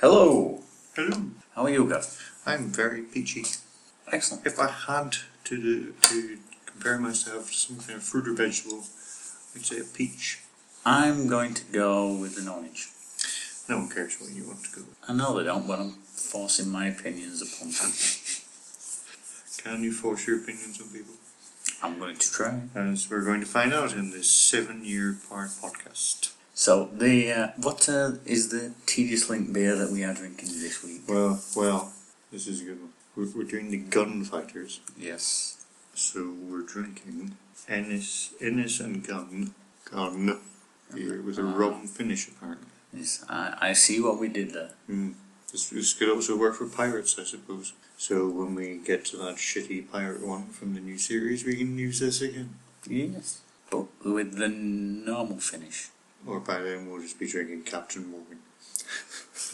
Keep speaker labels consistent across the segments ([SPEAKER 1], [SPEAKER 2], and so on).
[SPEAKER 1] Hello.
[SPEAKER 2] Hello.
[SPEAKER 1] How are you, Gus?
[SPEAKER 2] I'm very peachy.
[SPEAKER 1] Excellent.
[SPEAKER 2] If I had to do, to compare myself to some kind of fruit or vegetable, I'd say a peach.
[SPEAKER 1] I'm going to go with an orange.
[SPEAKER 2] No one cares what you want to go. with.
[SPEAKER 1] I know they don't, but I'm forcing my opinions upon people.
[SPEAKER 2] Can you force your opinions on people?
[SPEAKER 1] I'm going to try.
[SPEAKER 2] As we're going to find out in this seven-year part podcast.
[SPEAKER 1] So the uh, what uh, is the tedious link beer that we are drinking this week?
[SPEAKER 2] Well, well, this is a good one. We're, we're doing the gunfighters,
[SPEAKER 1] Yes.
[SPEAKER 2] so we're drinking Ennis, Ennis and Gun, Gun, beer with a rum finish apparently.
[SPEAKER 1] Yes. I, I see what we did there.
[SPEAKER 2] Mm. This, this could also work for pirates, I suppose. So when we get to that shitty pirate one from the new series, we can use this again.
[SPEAKER 1] Yes. But with the normal finish.
[SPEAKER 2] Or by then we'll just be drinking Captain Morgan.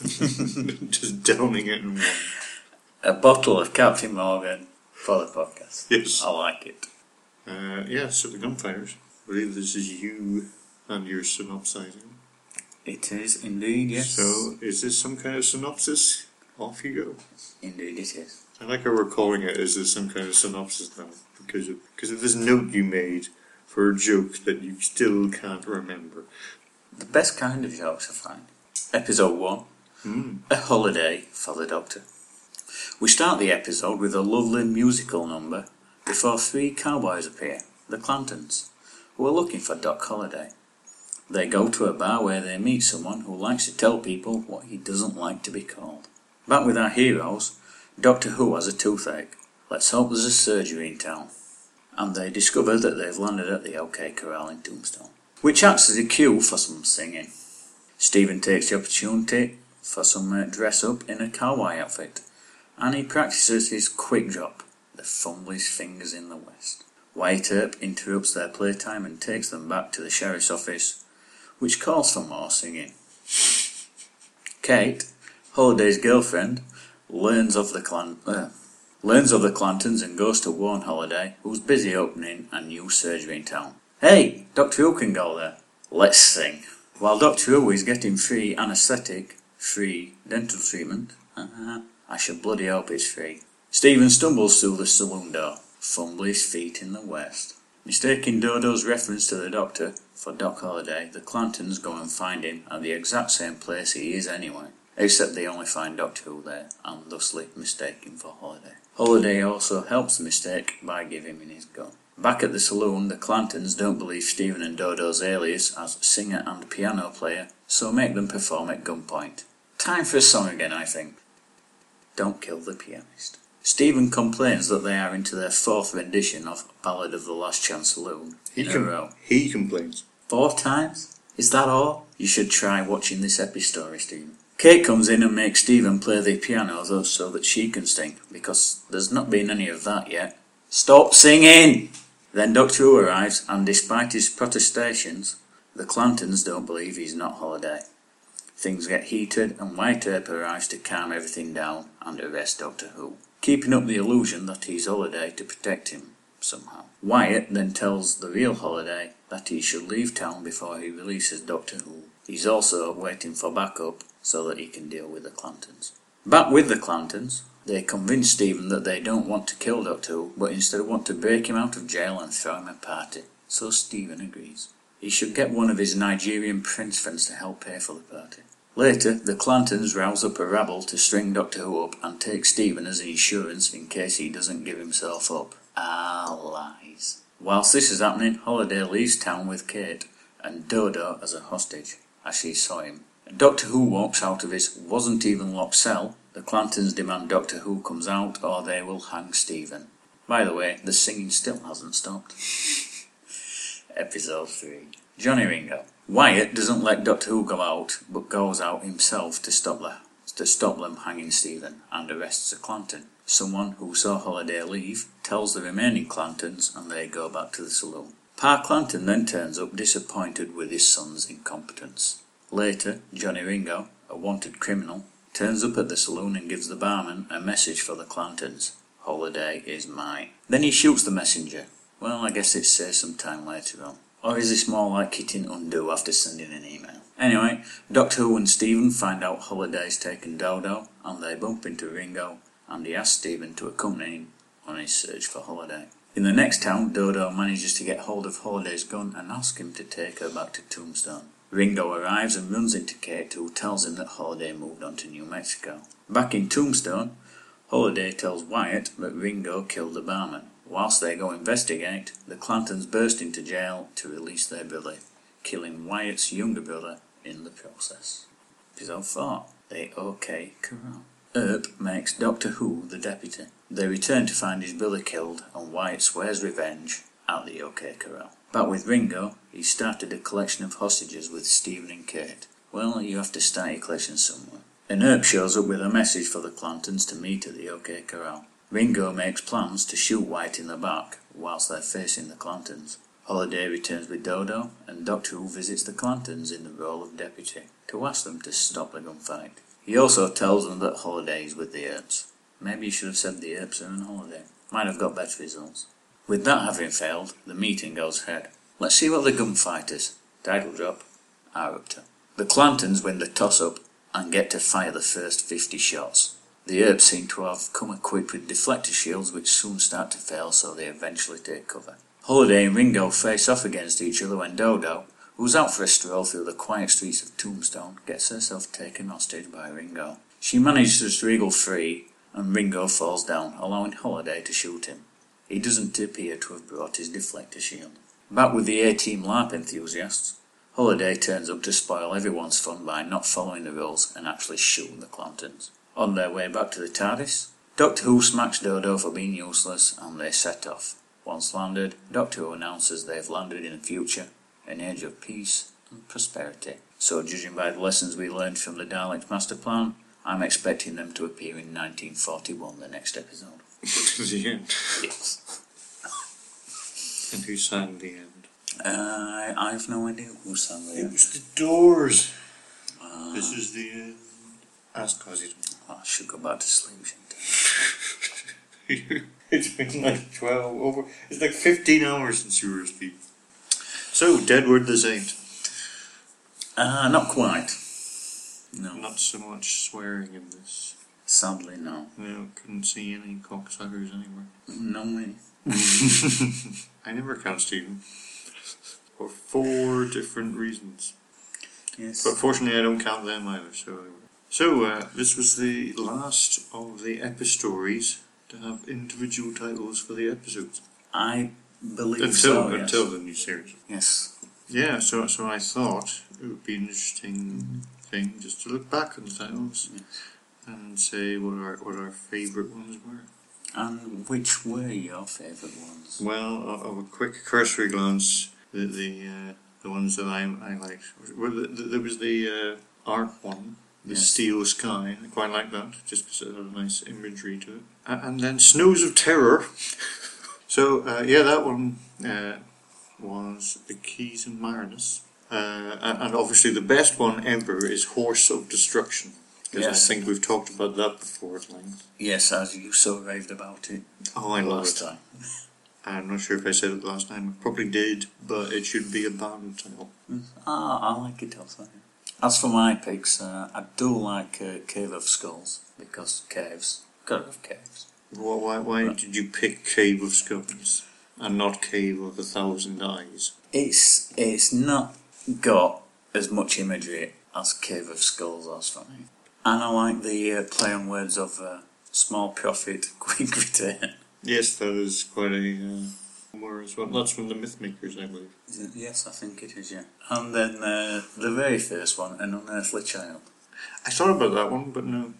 [SPEAKER 2] just downing it in one.
[SPEAKER 1] A bottle of Captain Morgan for the podcast.
[SPEAKER 2] Yes.
[SPEAKER 1] I like it.
[SPEAKER 2] Uh, yeah, so the gunfighters. I believe this is you and your synopsizing.
[SPEAKER 1] It is indeed. Yes.
[SPEAKER 2] So is this some kind of synopsis? Off you go.
[SPEAKER 1] indeed it is.
[SPEAKER 2] I like how we're calling it. Is this some kind of synopsis now? Because of, because of this note you made for a joke that you still can't remember.
[SPEAKER 1] The best kind of jokes I find. Episode 1
[SPEAKER 2] Hmm,
[SPEAKER 1] A Holiday for the Doctor. We start the episode with a lovely musical number before three cowboys appear, the Clantons, who are looking for Doc Holliday. They go to a bar where they meet someone who likes to tell people what he doesn't like to be called. Back with our heroes, Doctor Who has a toothache. Let's hope there's a surgery in town. And they discover that they've landed at the OK Corral in Tombstone which acts as a cue for some singing. Stephen takes the opportunity for some uh, dress up in a cowboy outfit, and he practices his quick drop, the fumbliest fingers in the West. White Earp interrupts their playtime and takes them back to the sheriff's office, which calls for more singing. Kate, Holiday's girlfriend, learns of the clan. Uh, learns of the Clantons and goes to warn Holiday, who's busy opening a new surgery in town. Hey, Doctor Who can go there. Let's sing. While Doctor Who is getting free anaesthetic, free dental treatment, uh, I should bloody hope it's free. Stephen stumbles through the saloon door, fumbling his feet in the west. Mistaking Dodo's reference to the doctor for Doc Holliday, the Clantons go and find him at the exact same place he is anyway, except they only find Doctor Who there, and thusly mistake him for Holiday. Holiday also helps the mistake by giving him his gun. Back at the saloon, the Clantons don't believe Stephen and Dodo's alias as singer and piano player, so make them perform at gunpoint. Time for a song again, I think. Don't Kill the Pianist. Stephen complains that they are into their fourth rendition of Ballad of the Last Chance Saloon
[SPEAKER 2] He
[SPEAKER 1] in a
[SPEAKER 2] com-
[SPEAKER 1] row.
[SPEAKER 2] He complains.
[SPEAKER 1] Four times? Is that all? You should try watching this epi story, Stephen. Kate comes in and makes Stephen play the piano though so that she can sing, because there's not been any of that yet. Stop singing! Then Doctor Who arrives, and despite his protestations, the Clantons don't believe he's not Holiday. Things get heated, and White Earp arrives to calm everything down and arrest Doctor Who, keeping up the illusion that he's Holiday to protect him somehow. Wyatt then tells the real Holiday that he should leave town before he releases Doctor Who. He's also waiting for backup so that he can deal with the Clantons. Back with the Clantons, they convince Stephen that they don't want to kill Doctor Who, but instead want to break him out of jail and throw him a party. So Stephen agrees. He should get one of his Nigerian prince friends to help pay for the party. Later, the Clantons rouse up a rabble to string Doctor Who up and take Stephen as insurance in case he doesn't give himself up. Ah, lies. Whilst this is happening, Holiday leaves town with Kate and Dodo as a hostage, as she saw him. Doctor Who walks out of his wasn't even locked cell. The Clantons demand Doctor Who comes out or they will hang Stephen. By the way, the singing still hasn't stopped. Episode 3 Johnny Ringo. Wyatt doesn't let Doctor Who go out, but goes out himself to stop, the, to stop them hanging Stephen and arrests a Clanton. Someone who saw Holiday leave tells the remaining Clantons and they go back to the saloon. Pa Clanton then turns up disappointed with his son's incompetence. Later, Johnny Ringo, a wanted criminal, turns up at the saloon and gives the barman a message for the Clantons. Holiday is mine. Then he shoots the messenger. Well, I guess it says sometime later on. Or is this more like hitting undo after sending an email? Anyway, Doctor Who and Stephen find out Holiday's taken Dodo, and they bump into Ringo, and he asks Stephen to accompany him on his search for Holiday. In the next town, Dodo manages to get hold of Holiday's gun and asks him to take her back to Tombstone. Ringo arrives and runs into Kate, who tells him that Holiday moved on to New Mexico. Back in Tombstone, Holiday tells Wyatt that Ringo killed the barman. Whilst they go investigate, the Clantons burst into jail to release their brother, killing Wyatt's younger brother in the process. Episode 4 They OK Corral. Earp makes Doctor Who the deputy. They return to find his brother killed and Wyatt swears revenge at the OK Corral. Back with Ringo, he started a collection of hostages with Stephen and Kate. Well, you have to start your collection somewhere. And Herb shows up with a message for the Clantons to meet at the OK Corral. Ringo makes plans to shoot White in the back whilst they're facing the Clantons. Holiday returns with Dodo, and Doctor Who visits the Clantons in the role of deputy to ask them to stop the gunfight. He also tells them that Holiday is with the Earps. Maybe you should have said the Earps are on holiday. Might have got better results. With that having failed, the meeting goes ahead. Let's see what the gunfighters, title drop, are up to. The Clantons win the toss up and get to fire the first 50 shots. The herbs seem to have come equipped with deflector shields which soon start to fail, so they eventually take cover. Holiday and Ringo face off against each other when Dodo, who's out for a stroll through the quiet streets of Tombstone, gets herself taken hostage by Ringo. She manages to wriggle free, and Ringo falls down, allowing Holiday to shoot him. He doesn't appear to have brought his deflector shield. Back with the A Team LARP enthusiasts, Holiday turns up to spoil everyone's fun by not following the rules and actually shooting the Clantons. On their way back to the TARDIS, Doctor Who smacks Dodo for being useless and they set off. Once landed, Doctor Who announces they've landed in the future, an age of peace and prosperity. So, judging by the lessons we learned from the Dalek Master Plan, I'm expecting them to appear in 1941, the next episode.
[SPEAKER 2] the end.
[SPEAKER 1] Yes.
[SPEAKER 2] And who sang the end?
[SPEAKER 1] Uh, I've no idea who sang
[SPEAKER 2] It
[SPEAKER 1] that.
[SPEAKER 2] was the Doors.
[SPEAKER 1] Uh,
[SPEAKER 2] This is the end. Ask Ozzy.
[SPEAKER 1] Ah, I should go back to sleep. shouldn't I?
[SPEAKER 2] it's been like 12 over. It's like 15 hours since you were asleep. So, Deadwood the Saint.
[SPEAKER 1] Uh, not quite. No.
[SPEAKER 2] Not so much swearing in this.
[SPEAKER 1] Sadly, no.
[SPEAKER 2] No, couldn't see any cocksuckers anywhere.
[SPEAKER 1] No way.
[SPEAKER 2] I never count Stephen. For four different reasons.
[SPEAKER 1] Yes.
[SPEAKER 2] But fortunately, I don't count them either. So, so uh, this was the last of the epistories to have individual titles for the episodes
[SPEAKER 1] I believe
[SPEAKER 2] until
[SPEAKER 1] so. yes.
[SPEAKER 2] until the new series.
[SPEAKER 1] Yes.
[SPEAKER 2] Yeah. So, so I thought it would be an interesting thing just to look back on the titles and say what our what our favourite ones were.
[SPEAKER 1] And which were your favourite ones?
[SPEAKER 2] Well, o- of a quick cursory glance, the the, uh, the ones that I I liked. Well, the, the, there was the uh, art one, the
[SPEAKER 1] Yes.
[SPEAKER 2] steel sky. I quite like that, just because it had a nice imagery to it. A- and then snows of terror. so uh, yeah, that one uh, was the keys and mariners. Uh, and, and obviously, the best one ever is Horse of Destruction, because
[SPEAKER 1] Yes.
[SPEAKER 2] I think we've talked about that before at length.
[SPEAKER 1] Yes, as you so raved about it
[SPEAKER 2] Oh, I love it.
[SPEAKER 1] last time.
[SPEAKER 2] I'm not sure if I said it last time. I probably did, but it should be a band title.
[SPEAKER 1] Ah, I like it also. As for my picks, uh, I do like uh, Cave of Skulls because caves. Gotta have caves.
[SPEAKER 2] Why, why, why did you pick Cave of Skulls and not Cave of a Thousand Eyes?
[SPEAKER 1] It's it's not got as much imagery as Cave of Skulls has for me. And I like the uh, play on words of uh, small profit, quick return.
[SPEAKER 2] Yes, that is quite a uh, word as well. That's from the Mythmakers, I believe.
[SPEAKER 1] Is it- Yes, I think it is, yeah. And then uh, the very first one, An Unearthly Child.
[SPEAKER 2] I thought about that one, but no.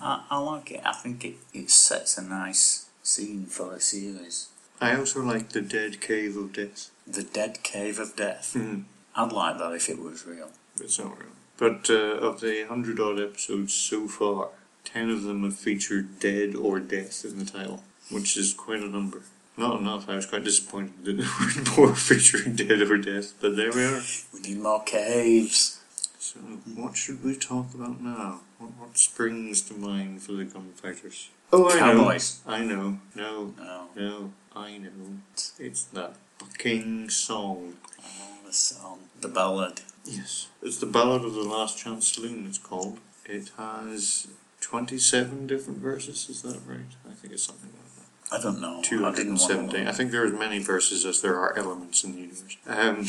[SPEAKER 1] I, I like it. I think it, it sets a nice scene for a series.
[SPEAKER 2] I also like the Dead Cave of Death.
[SPEAKER 1] The Dead Cave of Death.
[SPEAKER 2] Hmm.
[SPEAKER 1] I'd like that if it was real.
[SPEAKER 2] It's not real. But uh, of the hundred odd episodes so far, ten of them have featured dead or death in the title, which is quite a number. Not enough. I was quite disappointed that there weren't more featuring dead or death, but there we are.
[SPEAKER 1] We need more caves.
[SPEAKER 2] So, what should we talk about now? What, what springs to mind for the gunfighters? Oh, I know.
[SPEAKER 1] Cowboys.
[SPEAKER 2] I know. No,
[SPEAKER 1] No.
[SPEAKER 2] no, I know. It's that fucking song.
[SPEAKER 1] Oh, the song. The ballad.
[SPEAKER 2] Yes. It's the Ballad of the Last Chance Saloon, it's called. It has 27 different verses, is that right? I think it's something like that.
[SPEAKER 1] I don't know. I didn't want
[SPEAKER 2] 217. I
[SPEAKER 1] to
[SPEAKER 2] think there are as many verses as there are elements in the universe. Um,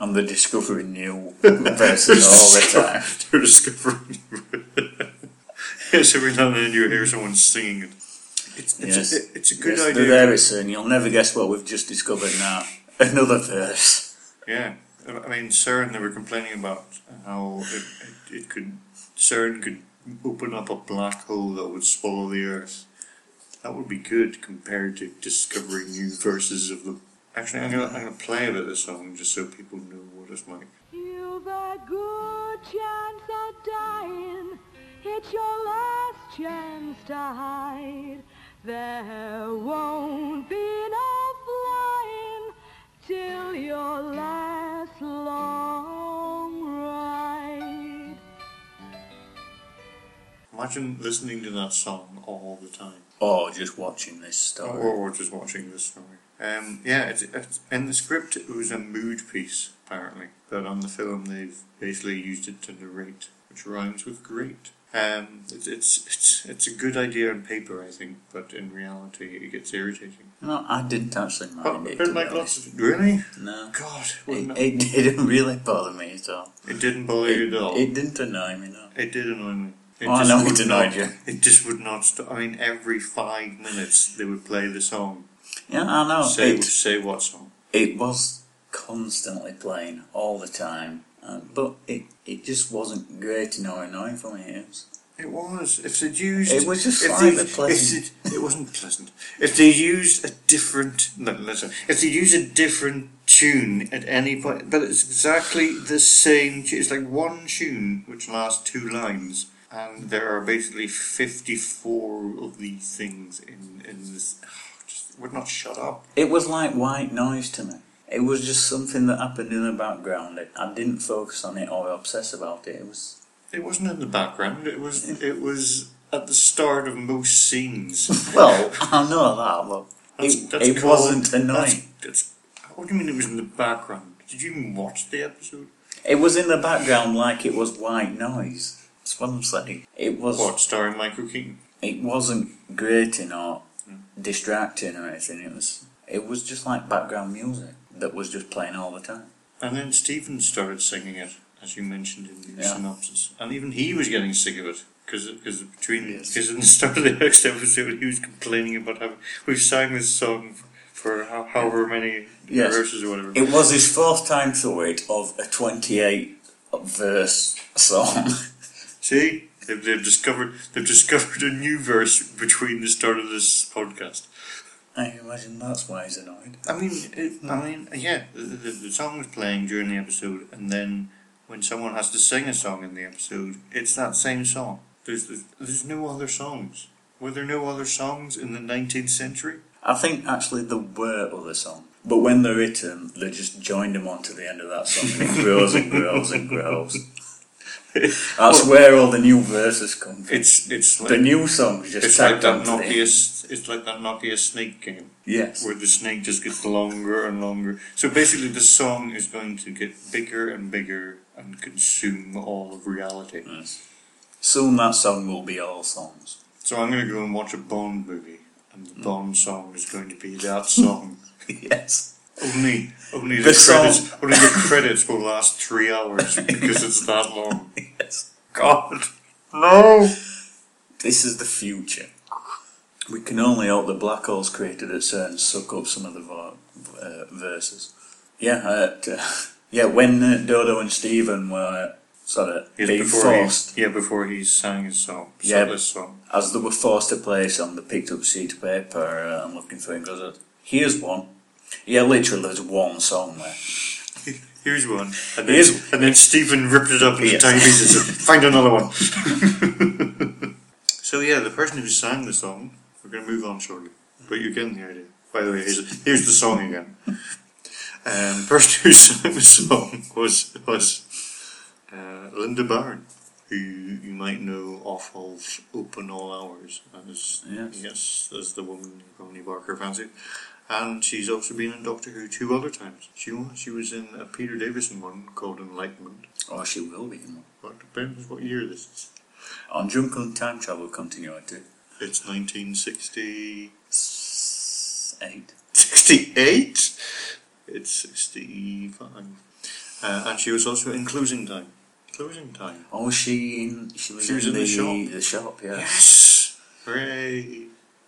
[SPEAKER 1] And they're discovering new verses all the time.
[SPEAKER 2] They're discovering. yes, every now and then you hear someone singing it. It's, it's,
[SPEAKER 1] Yes.
[SPEAKER 2] a, it's a good
[SPEAKER 1] yes,
[SPEAKER 2] idea.
[SPEAKER 1] They're there, it's and you'll never guess what we've just discovered now. Another verse.
[SPEAKER 2] Yeah, I I mean, CERN. They were complaining about how it, it, it could CERN could open up a black hole that would swallow the Earth. That would be good compared to discovering new verses of the. Actually, I'm gonna I'm gonna play a bit of the song just so people know what it's like.
[SPEAKER 3] You've a good chance of dying. It's your last chance to hide. There won't be no flying till your last long ride.
[SPEAKER 2] Imagine listening to that song all the time,
[SPEAKER 1] Or just watching this story.
[SPEAKER 2] or, or oh, just watching this story. Um, yeah, it's, it's, in the script it was a mood piece apparently, but on the film they've basically used it to narrate, which rhymes with great. Um, it's, it's it's it's a good idea on paper, I think, but in reality it gets irritating.
[SPEAKER 1] No, I didn't actually mind
[SPEAKER 2] But
[SPEAKER 1] it.
[SPEAKER 2] Oh, it
[SPEAKER 1] to be
[SPEAKER 2] like
[SPEAKER 1] honest.
[SPEAKER 2] lots of really.
[SPEAKER 1] No.
[SPEAKER 2] God, wouldn't
[SPEAKER 1] It,
[SPEAKER 2] it,
[SPEAKER 1] it didn't really bother me at all.
[SPEAKER 2] it didn't bother you at all.
[SPEAKER 1] It didn't annoy me, no.
[SPEAKER 2] It did annoy me. It
[SPEAKER 1] Oh, I
[SPEAKER 2] just
[SPEAKER 1] know it
[SPEAKER 2] would
[SPEAKER 1] annoyed
[SPEAKER 2] not-
[SPEAKER 1] you.
[SPEAKER 2] It just would not stop. I mean, every five minutes they would play the song.
[SPEAKER 1] Yeah, I know.
[SPEAKER 2] Say
[SPEAKER 1] it,
[SPEAKER 2] say what song?
[SPEAKER 1] it was constantly playing all the time, uh, but it, it just wasn't great nor annoying for me. It was,
[SPEAKER 2] It was. If they'd used,
[SPEAKER 1] It was just
[SPEAKER 2] if
[SPEAKER 1] slightly
[SPEAKER 2] they'd- if
[SPEAKER 1] pleasant.
[SPEAKER 2] they'd- it wasn't pleasant. If they used a different, no, listen. If they used a different tune at any point, but it's exactly the same. tu- It's like one tune which lasts two lines, and there are basically fifty-four of these things in in this. Just would not shut up.
[SPEAKER 1] it was like white noise to me. It was just something that happened in the background. It, I didn't focus on it or obsess about it. It was
[SPEAKER 2] It wasn't in the background. It was. It was at the start of most scenes.
[SPEAKER 1] well, I know that, but it, it
[SPEAKER 2] called-
[SPEAKER 1] wasn't annoying.
[SPEAKER 2] That's, that's, what do you mean it was in the background? Did you even watch the episode?
[SPEAKER 1] It was in the background like it was white noise. That's what I'm saying. It was.
[SPEAKER 2] What, starring Michael Keaton?
[SPEAKER 1] It wasn't grating or Hmm. distracting or anything. It was. It was just like background music that was just playing all the time.
[SPEAKER 2] And then Stephen started singing it, as you mentioned in the
[SPEAKER 1] Yeah.
[SPEAKER 2] synopsis. And even he was getting sick of it. Because between
[SPEAKER 1] Yes.
[SPEAKER 2] because in the start of the next episode he was complaining about having we've sang this song for how, however many
[SPEAKER 1] Yes.
[SPEAKER 2] verses or whatever.
[SPEAKER 1] It was his fourth time through it of a 28 verse song.
[SPEAKER 2] See, they've, they've discovered they've discovered a new verse between the start of this podcast.
[SPEAKER 1] I imagine that's why he's annoyed.
[SPEAKER 2] I mean, it, I mean, yeah, the, the, the song was playing during the episode, and then when someone has to sing a song in the episode, it's that same song. There's there's, there's no other songs. Were there no other songs in the 19th century?
[SPEAKER 1] I think actually there were other songs, but when they're written, they just joined them on to the end of that song, and it grows and grows and grows. That's where all the new verses come from.
[SPEAKER 2] It's it's
[SPEAKER 1] The
[SPEAKER 2] like,
[SPEAKER 1] new songs just
[SPEAKER 2] it's like
[SPEAKER 1] tagged
[SPEAKER 2] that
[SPEAKER 1] on to the
[SPEAKER 2] Nokia
[SPEAKER 1] end.
[SPEAKER 2] s- it's like that Nokia snake game
[SPEAKER 1] Yes.
[SPEAKER 2] where the snake just gets longer and longer. So basically, the song is going to get bigger and bigger and consume all of reality.
[SPEAKER 1] Soon that song will be all songs.
[SPEAKER 2] So I'm going to go and watch a Bond movie, and the Bond song is going to be that song.
[SPEAKER 1] yes.
[SPEAKER 2] Only, only the,
[SPEAKER 1] The
[SPEAKER 2] credits. Only the credits will last three hours because it's that long.
[SPEAKER 1] Yes.
[SPEAKER 2] God, no.
[SPEAKER 1] This is the future. We can only hope the black holes created at CERN suck up some of the vo- uh, verses. Yeah, uh, t- yeah. When uh, Dodo and Stephen were sort of
[SPEAKER 2] Yes,
[SPEAKER 1] being
[SPEAKER 2] before he-
[SPEAKER 1] forced,
[SPEAKER 2] yeah, before he sang his song,
[SPEAKER 1] Yeah.
[SPEAKER 2] setlist song.
[SPEAKER 1] as they were forced to play a song, they picked up a sheet of paper uh, and looking through it and goes, "Here's one." Yeah, literally, there's one song there.
[SPEAKER 2] Here's one, and then,
[SPEAKER 1] Here's-
[SPEAKER 2] and then Stephen ripped it up into
[SPEAKER 1] Yes.
[SPEAKER 2] tiny pieces. and Find another one. so yeah, the person who sang the song, we're going to move on shortly, but you're getting the idea. By the way, here's, here's the song again. Um, the person who sang the song was was uh, Linda Barron, who you might know off of Open All Hours as
[SPEAKER 1] Yes.
[SPEAKER 2] yes, as the woman in Romney Barker fancy. And she's also been in Doctor Who two other times. She wa- she was in a Peter Davison one called Enlightenment.
[SPEAKER 1] Or she will be in one.
[SPEAKER 2] Well, it depends what year this is.
[SPEAKER 1] On Junk on Time Travel Continuity.
[SPEAKER 2] It's 1960.
[SPEAKER 1] s- Eight.
[SPEAKER 2] 68? It's 65. Uh, and she was also in Closing Time. Closing Time.
[SPEAKER 1] Oh, she in, she was,
[SPEAKER 2] She was
[SPEAKER 1] in,
[SPEAKER 2] in the
[SPEAKER 1] the, shop. yeah.
[SPEAKER 2] Yes! Hooray!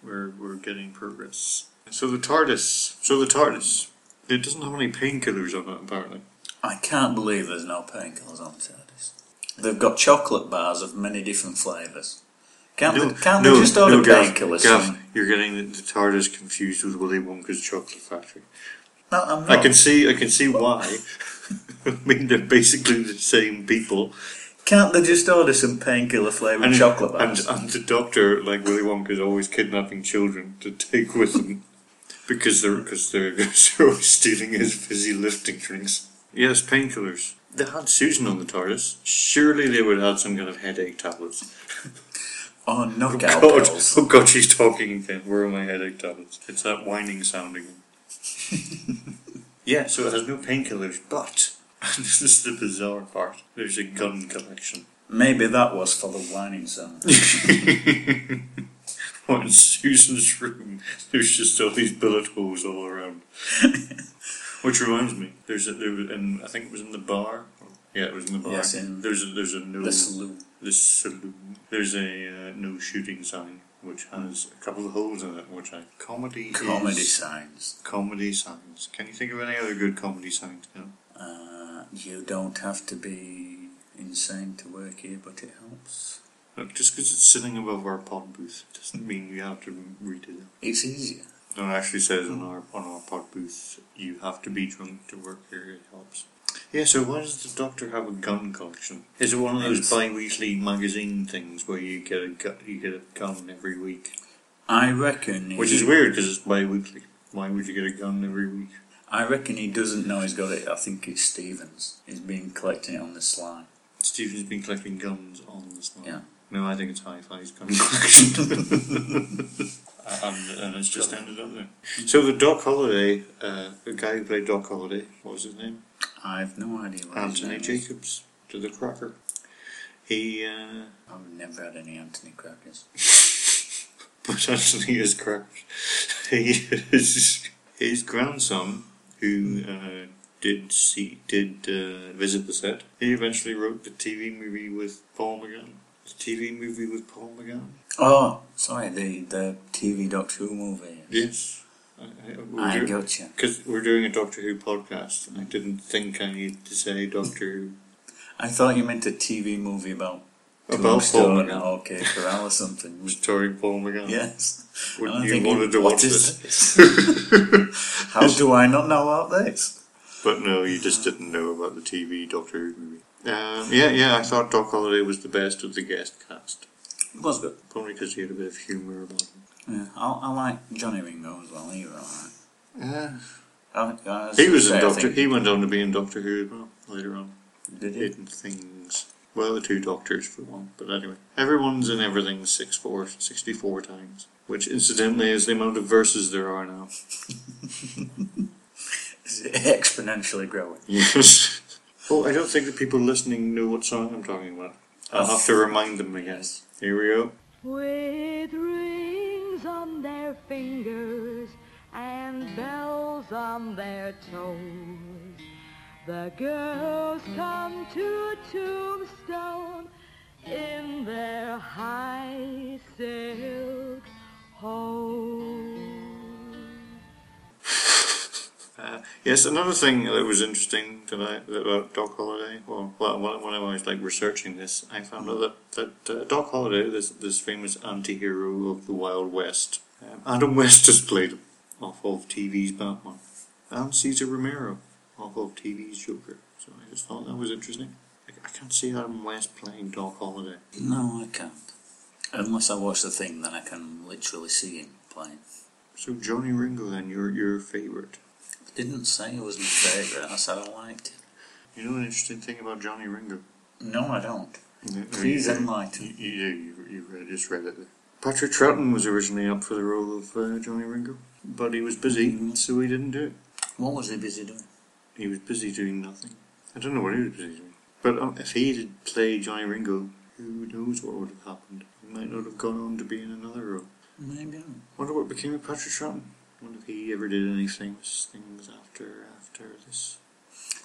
[SPEAKER 2] We're, we're getting progress. So the TARDIS. So the TARDIS. It doesn't have any painkillers on it, apparently.
[SPEAKER 1] I can't believe there's no painkillers on TARDIS. They've got chocolate bars of many different flavours. Can't, they, can't they just order
[SPEAKER 2] Gav,
[SPEAKER 1] painkillers?
[SPEAKER 2] Gav,
[SPEAKER 1] from-
[SPEAKER 2] you're getting the, the TARDIS confused with Willy Wonka's Chocolate Factory.
[SPEAKER 1] No, I'm not.
[SPEAKER 2] I can see, I can see why. I mean, they're basically the same people.
[SPEAKER 1] Can't they just order some painkiller flavoured chocolate bars?
[SPEAKER 2] And, and the doctor, like Willy Wonka, is always kidnapping children to take with them because they're because they're, they're always stealing his fizzy lifting drinks. Yes, painkillers. They had Susan on the TARDIS. Surely they would have had some kind of headache tablets.
[SPEAKER 1] or knockout
[SPEAKER 2] God,
[SPEAKER 1] Oh, pills.
[SPEAKER 2] oh God, she's talking again. Where are my headache tablets? It's that whining sound again. yeah, so it has no painkillers, but and this is the bizarre part. There's a gun collection.
[SPEAKER 1] Maybe that was for the whining sound.
[SPEAKER 2] Well, in Susan's room, there's just all these bullet holes all around. Which reminds me, there's a, there was, and I think it was in the bar. Yeah, it was in the bar.
[SPEAKER 1] Yes, in
[SPEAKER 2] there's a, there's a no
[SPEAKER 1] the saloon.
[SPEAKER 2] the saloon. There's a uh, no shooting sign which has a couple of holes in it. Which I comedy
[SPEAKER 1] Comedy
[SPEAKER 2] is,
[SPEAKER 1] signs.
[SPEAKER 2] comedy signs. Can you think of any other good comedy signs? No.
[SPEAKER 1] Uh, you don't have to be insane to work here, but it helps.
[SPEAKER 2] Look, just because it's sitting above our pod booth doesn't mean you have to read it.
[SPEAKER 1] It's easier.
[SPEAKER 2] No, it actually says on our on our pod booth, you have to be drunk to work here. It helps. Yeah. So why does the doctor have a gun collection? Is it one of those
[SPEAKER 1] It's-
[SPEAKER 2] bi-weekly magazine things where you get a gu- you get a gun every week?
[SPEAKER 1] I reckon.
[SPEAKER 2] Which
[SPEAKER 1] he-
[SPEAKER 2] is weird because it's bi-weekly. Why would you get a gun every week?
[SPEAKER 1] I reckon he doesn't know he's got it. I think it's Stevens. He's been collecting it on the sly.
[SPEAKER 2] Stephen's been collecting guns on the side.
[SPEAKER 1] Yeah.
[SPEAKER 2] No, I think it's Hi-Fi's gun collection. and, and it's just ended up there. So the Doc Holiday, uh, the guy who played Doc Holiday, what was his name?
[SPEAKER 1] I've no idea what his
[SPEAKER 2] Anthony
[SPEAKER 1] name is.
[SPEAKER 2] Jacobs to the cracker. He, uh,
[SPEAKER 1] I've never had any Anthony crackers.
[SPEAKER 2] but Anthony is cracked. He is his grandson, who uh, did see did uh, visit the set. He eventually wrote the TV movie with Paul McGann. The TV movie with Paul McGann.
[SPEAKER 1] Oh, sorry, the, the TV Doctor Who movie.
[SPEAKER 2] Yes,
[SPEAKER 1] I gotcha.
[SPEAKER 2] because we're doing a Doctor Who podcast, and I didn't think I needed to say Doctor Who
[SPEAKER 1] I thought you meant a TV movie about
[SPEAKER 2] about Paul
[SPEAKER 1] Tombstone and
[SPEAKER 2] McGann.
[SPEAKER 1] OK Corral or something.
[SPEAKER 2] Starring Paul McGann.
[SPEAKER 1] yes.
[SPEAKER 2] Wouldn't
[SPEAKER 1] And I'm
[SPEAKER 2] uh, you
[SPEAKER 1] thinking,
[SPEAKER 2] wanted to
[SPEAKER 1] what
[SPEAKER 2] watch
[SPEAKER 1] is
[SPEAKER 2] this?
[SPEAKER 1] How do I not know about this?
[SPEAKER 2] But no, you just didn't know about the TV Doctor Who movie. Um, yeah, yeah, I thought Doc Holliday was the best of the guest cast.
[SPEAKER 1] It was good.
[SPEAKER 2] Only because he had a bit of humour about him.
[SPEAKER 1] Yeah, I, I like Johnny Ringo as well. He was alright.
[SPEAKER 2] Yeah.
[SPEAKER 1] I- I was
[SPEAKER 2] He
[SPEAKER 1] gonna
[SPEAKER 2] was
[SPEAKER 1] say,
[SPEAKER 2] in
[SPEAKER 1] I
[SPEAKER 2] Doctor.
[SPEAKER 1] think-
[SPEAKER 2] He went on to be in Doctor Who as well later on.
[SPEAKER 1] Did he?
[SPEAKER 2] Hidden things. Well, the two Doctors for one. But anyway, everyone's in everything six four, 64 times, which incidentally is the amount of verses there are now.
[SPEAKER 1] Is it exponentially growing?
[SPEAKER 2] Yes. oh, I don't think the people listening know what song I'm talking about. I'll have to remind them, I guess. Here we go.
[SPEAKER 3] With rings on their fingers and bells on their toes, the girls come to Tombstone in their high silk hose.
[SPEAKER 2] Uh, yes, another thing that was interesting tonight about Doc Holliday. Well, well, when when I was like researching this, I found out that that uh, Doc Holliday, this this famous anti-hero of the Wild West, um, Adam West has played him off of TV's Batman, and Cesar Romero off of TV's Joker. So I just thought that was interesting. I, I can't see Adam West playing Doc Holliday.
[SPEAKER 1] No, I can't. Unless I watch the thing, then I can literally see him playing.
[SPEAKER 2] So Johnny Ringo, then your your favorite.
[SPEAKER 1] I didn't say it was my favourite. I said I liked it.
[SPEAKER 2] You know an interesting thing about Johnny Ringo.
[SPEAKER 1] No, I don't. Please enlighten.
[SPEAKER 2] You, you, you, you read, just read it. Patrick Troughton was originally up for the role of uh, Johnny Ringo, but he was busy,
[SPEAKER 1] Mm-hmm.
[SPEAKER 2] so he didn't do it.
[SPEAKER 1] What was he busy doing?
[SPEAKER 2] He was busy doing nothing. I don't know what he was busy doing. But um, if he did play Johnny Ringo, who knows what would have happened? He might not have gone on to be in another role.
[SPEAKER 1] Maybe. not.
[SPEAKER 2] Wonder what became of Patrick Troughton. Wonder if he ever did any famous things after after this.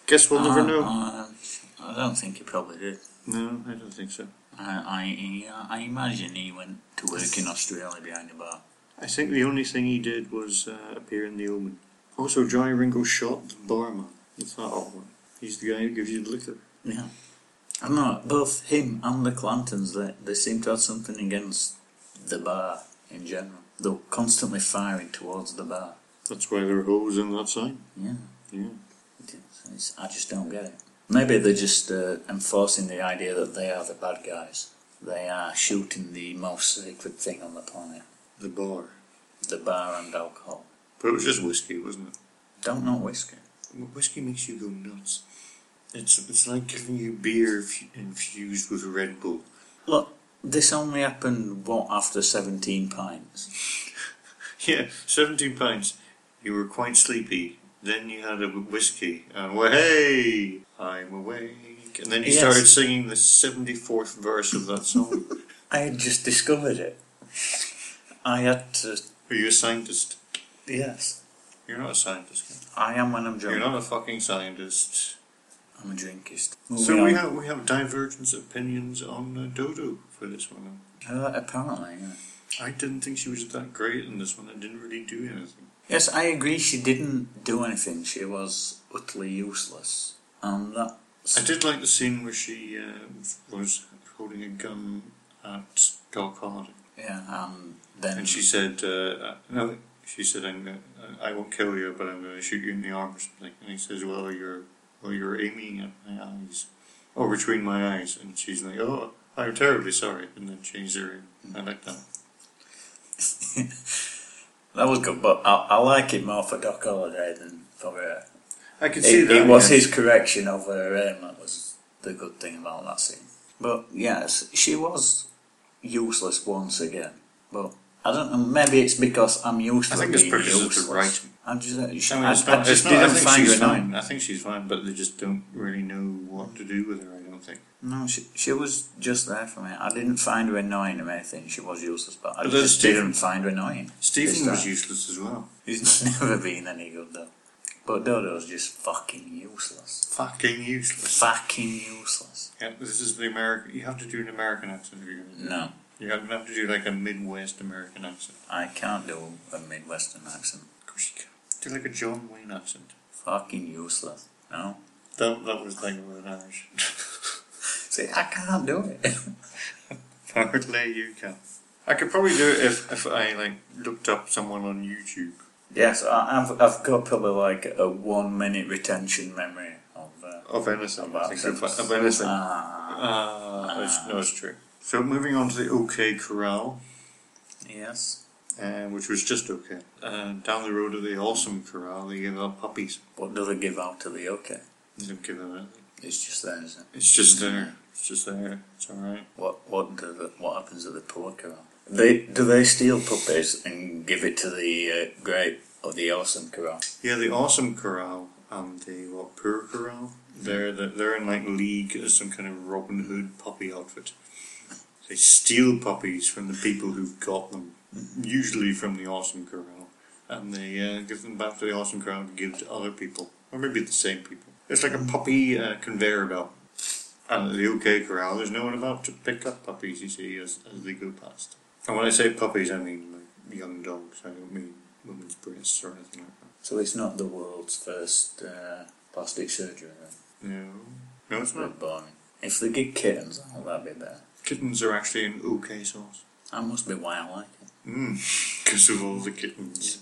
[SPEAKER 2] Guess we'll never
[SPEAKER 1] Uh,
[SPEAKER 2] know.
[SPEAKER 1] uh, I don't think he probably did.
[SPEAKER 2] No, I don't think so.
[SPEAKER 1] I, uh, I, I imagine he went to work in Australia behind a bar.
[SPEAKER 2] I think the only thing he did was uh, appear in The Omen. Also, Johnny Ringo shot the barman. It's that odd one. He's the guy who gives you the liquor.
[SPEAKER 1] Yeah. I don't know, both him and the Clantons, they, they seem to have something against the bar in general. They're constantly firing towards the bar.
[SPEAKER 2] That's why there are holes in that sign.
[SPEAKER 1] Yeah.
[SPEAKER 2] Yeah.
[SPEAKER 1] It's- it's- I just don't get it. Maybe they're just uh, enforcing the idea that they are the bad guys. They are shooting the most sacred thing on the planet
[SPEAKER 2] The bar.
[SPEAKER 1] the bar and alcohol.
[SPEAKER 2] But it was just whiskey, wasn't it?
[SPEAKER 1] Don't know whiskey.
[SPEAKER 2] Wh- Whiskey makes you go nuts. It's it's like giving you beer f- infused with Red Bull.
[SPEAKER 1] Look, this only happened, what, after 17 pints?
[SPEAKER 2] Yeah, 17 pints. You were quite sleepy. Then you had a whiskey, and hey, I'm awake. And then you
[SPEAKER 1] Yes.
[SPEAKER 2] started singing the 74th verse of that song.
[SPEAKER 1] I had just discovered it. I had to.
[SPEAKER 2] Are you a scientist?
[SPEAKER 1] Yes.
[SPEAKER 2] You're not a scientist.
[SPEAKER 1] I am when I'm
[SPEAKER 2] You're
[SPEAKER 1] drunk.
[SPEAKER 2] not a fucking scientist.
[SPEAKER 1] I'm a drinkist.
[SPEAKER 2] so we
[SPEAKER 1] Moving on.
[SPEAKER 2] have we have divergence opinions on uh, Dodo for this one.
[SPEAKER 1] Uh, apparently, yeah.
[SPEAKER 2] I didn't think she was that great in this one. It didn't really do anything.
[SPEAKER 1] Yes, I agree. She didn't do anything. She was utterly useless. And that.
[SPEAKER 2] I did like the scene where she uh, was holding a gun at Doc Harding.
[SPEAKER 1] Yeah, um, then.
[SPEAKER 2] And she said, uh, no, she said, I'm gonna, uh, I won't kill you, but I'm going to shoot you in the arm or something. And he says, well, you're, well, you're aiming at my eyes, or between my eyes. And she's like, oh, I'm terribly sorry. And then changed her in. I like that.
[SPEAKER 1] That was good, but I, I like it more for Doc Holliday than for her.
[SPEAKER 2] I can see
[SPEAKER 1] It,
[SPEAKER 2] that.
[SPEAKER 1] it was
[SPEAKER 2] yeah.
[SPEAKER 1] his correction of her aim that was the good thing about that scene. But yes, she was useless once again. But I don't know. Maybe it's because I'm used to
[SPEAKER 2] I think
[SPEAKER 1] her
[SPEAKER 2] it's
[SPEAKER 1] being
[SPEAKER 2] prejudice of
[SPEAKER 1] useless.
[SPEAKER 2] writing.
[SPEAKER 1] I just, I,
[SPEAKER 2] I mean,
[SPEAKER 1] I
[SPEAKER 2] it's not, it's
[SPEAKER 1] just
[SPEAKER 2] not, I
[SPEAKER 1] didn't
[SPEAKER 2] think
[SPEAKER 1] find her
[SPEAKER 2] she's
[SPEAKER 1] annoying.
[SPEAKER 2] fine. I think she's fine, but they just don't really know what to do with her, I don't think.
[SPEAKER 1] No, she, she was just there for me. I didn't find her annoying or anything. She was useless, but I
[SPEAKER 2] But there's
[SPEAKER 1] just didn't
[SPEAKER 2] different-
[SPEAKER 1] find her annoying.
[SPEAKER 2] Stephen
[SPEAKER 1] Is
[SPEAKER 2] was
[SPEAKER 1] that-
[SPEAKER 2] useless as well.
[SPEAKER 1] He's never been any good though. But Dodo's just fucking useless.
[SPEAKER 2] Fucking useless.
[SPEAKER 1] Fucking useless.
[SPEAKER 2] Yeah, this is the American. You have to do an American accent if you're going to do it.
[SPEAKER 1] No,
[SPEAKER 2] You have to do like a Midwest American accent.
[SPEAKER 1] I can't do a Midwestern accent.
[SPEAKER 2] Of course you can. Do like a John Wayne accent.
[SPEAKER 1] Fucking useless. No.
[SPEAKER 2] That, that was like with an Irish.
[SPEAKER 1] See, I can't do it.
[SPEAKER 2] Apparently you can. I could probably do it if, if I like looked up someone on YouTube.
[SPEAKER 1] yes, I, I've, I've got probably like a one minute retention memory of. Uh,
[SPEAKER 2] Of anything.
[SPEAKER 1] Of
[SPEAKER 2] I think Of,
[SPEAKER 1] accents.
[SPEAKER 2] of anything. Uh,
[SPEAKER 1] ah,
[SPEAKER 2] it's- no, it's true. So moving on to the OK Corral,
[SPEAKER 1] yes.
[SPEAKER 2] uh, which was just OK. Uh, down the road to the Awesome Corral, they give out puppies.
[SPEAKER 1] What do they give out to the okay?
[SPEAKER 2] They don't give out anything.
[SPEAKER 1] It's just there, isn't it?
[SPEAKER 2] It's just there. It's just there. It's alright.
[SPEAKER 1] What what do the, what happens at the poor corral? They do they steal puppies and give it to the uh, great or the awesome corral?
[SPEAKER 2] Yeah, the awesome corral and the what poor corral. They're the, they're in like league as some kind of Robin Hood puppy outfit. They steal puppies from the people who've got them, usually from the awesome corral, and they uh, give them back to the awesome corral to give to other people, or maybe the same people. It's like a puppy uh, conveyor belt. And at the UK corral, there's no one about to pick up puppies. You see, as, as they go past. And when I say puppies, I mean like young dogs. I don't mean women's breasts or anything like that.
[SPEAKER 1] So it's not the world's first uh, plastic surgery. Then.
[SPEAKER 2] No. No, it's
[SPEAKER 1] Good
[SPEAKER 2] not.
[SPEAKER 1] boring. If they get kittens, oh, that'd be better.
[SPEAKER 2] Kittens are actually an okay sauce.
[SPEAKER 1] That must be why I like it.
[SPEAKER 2] Mmm. Because of all the kittens.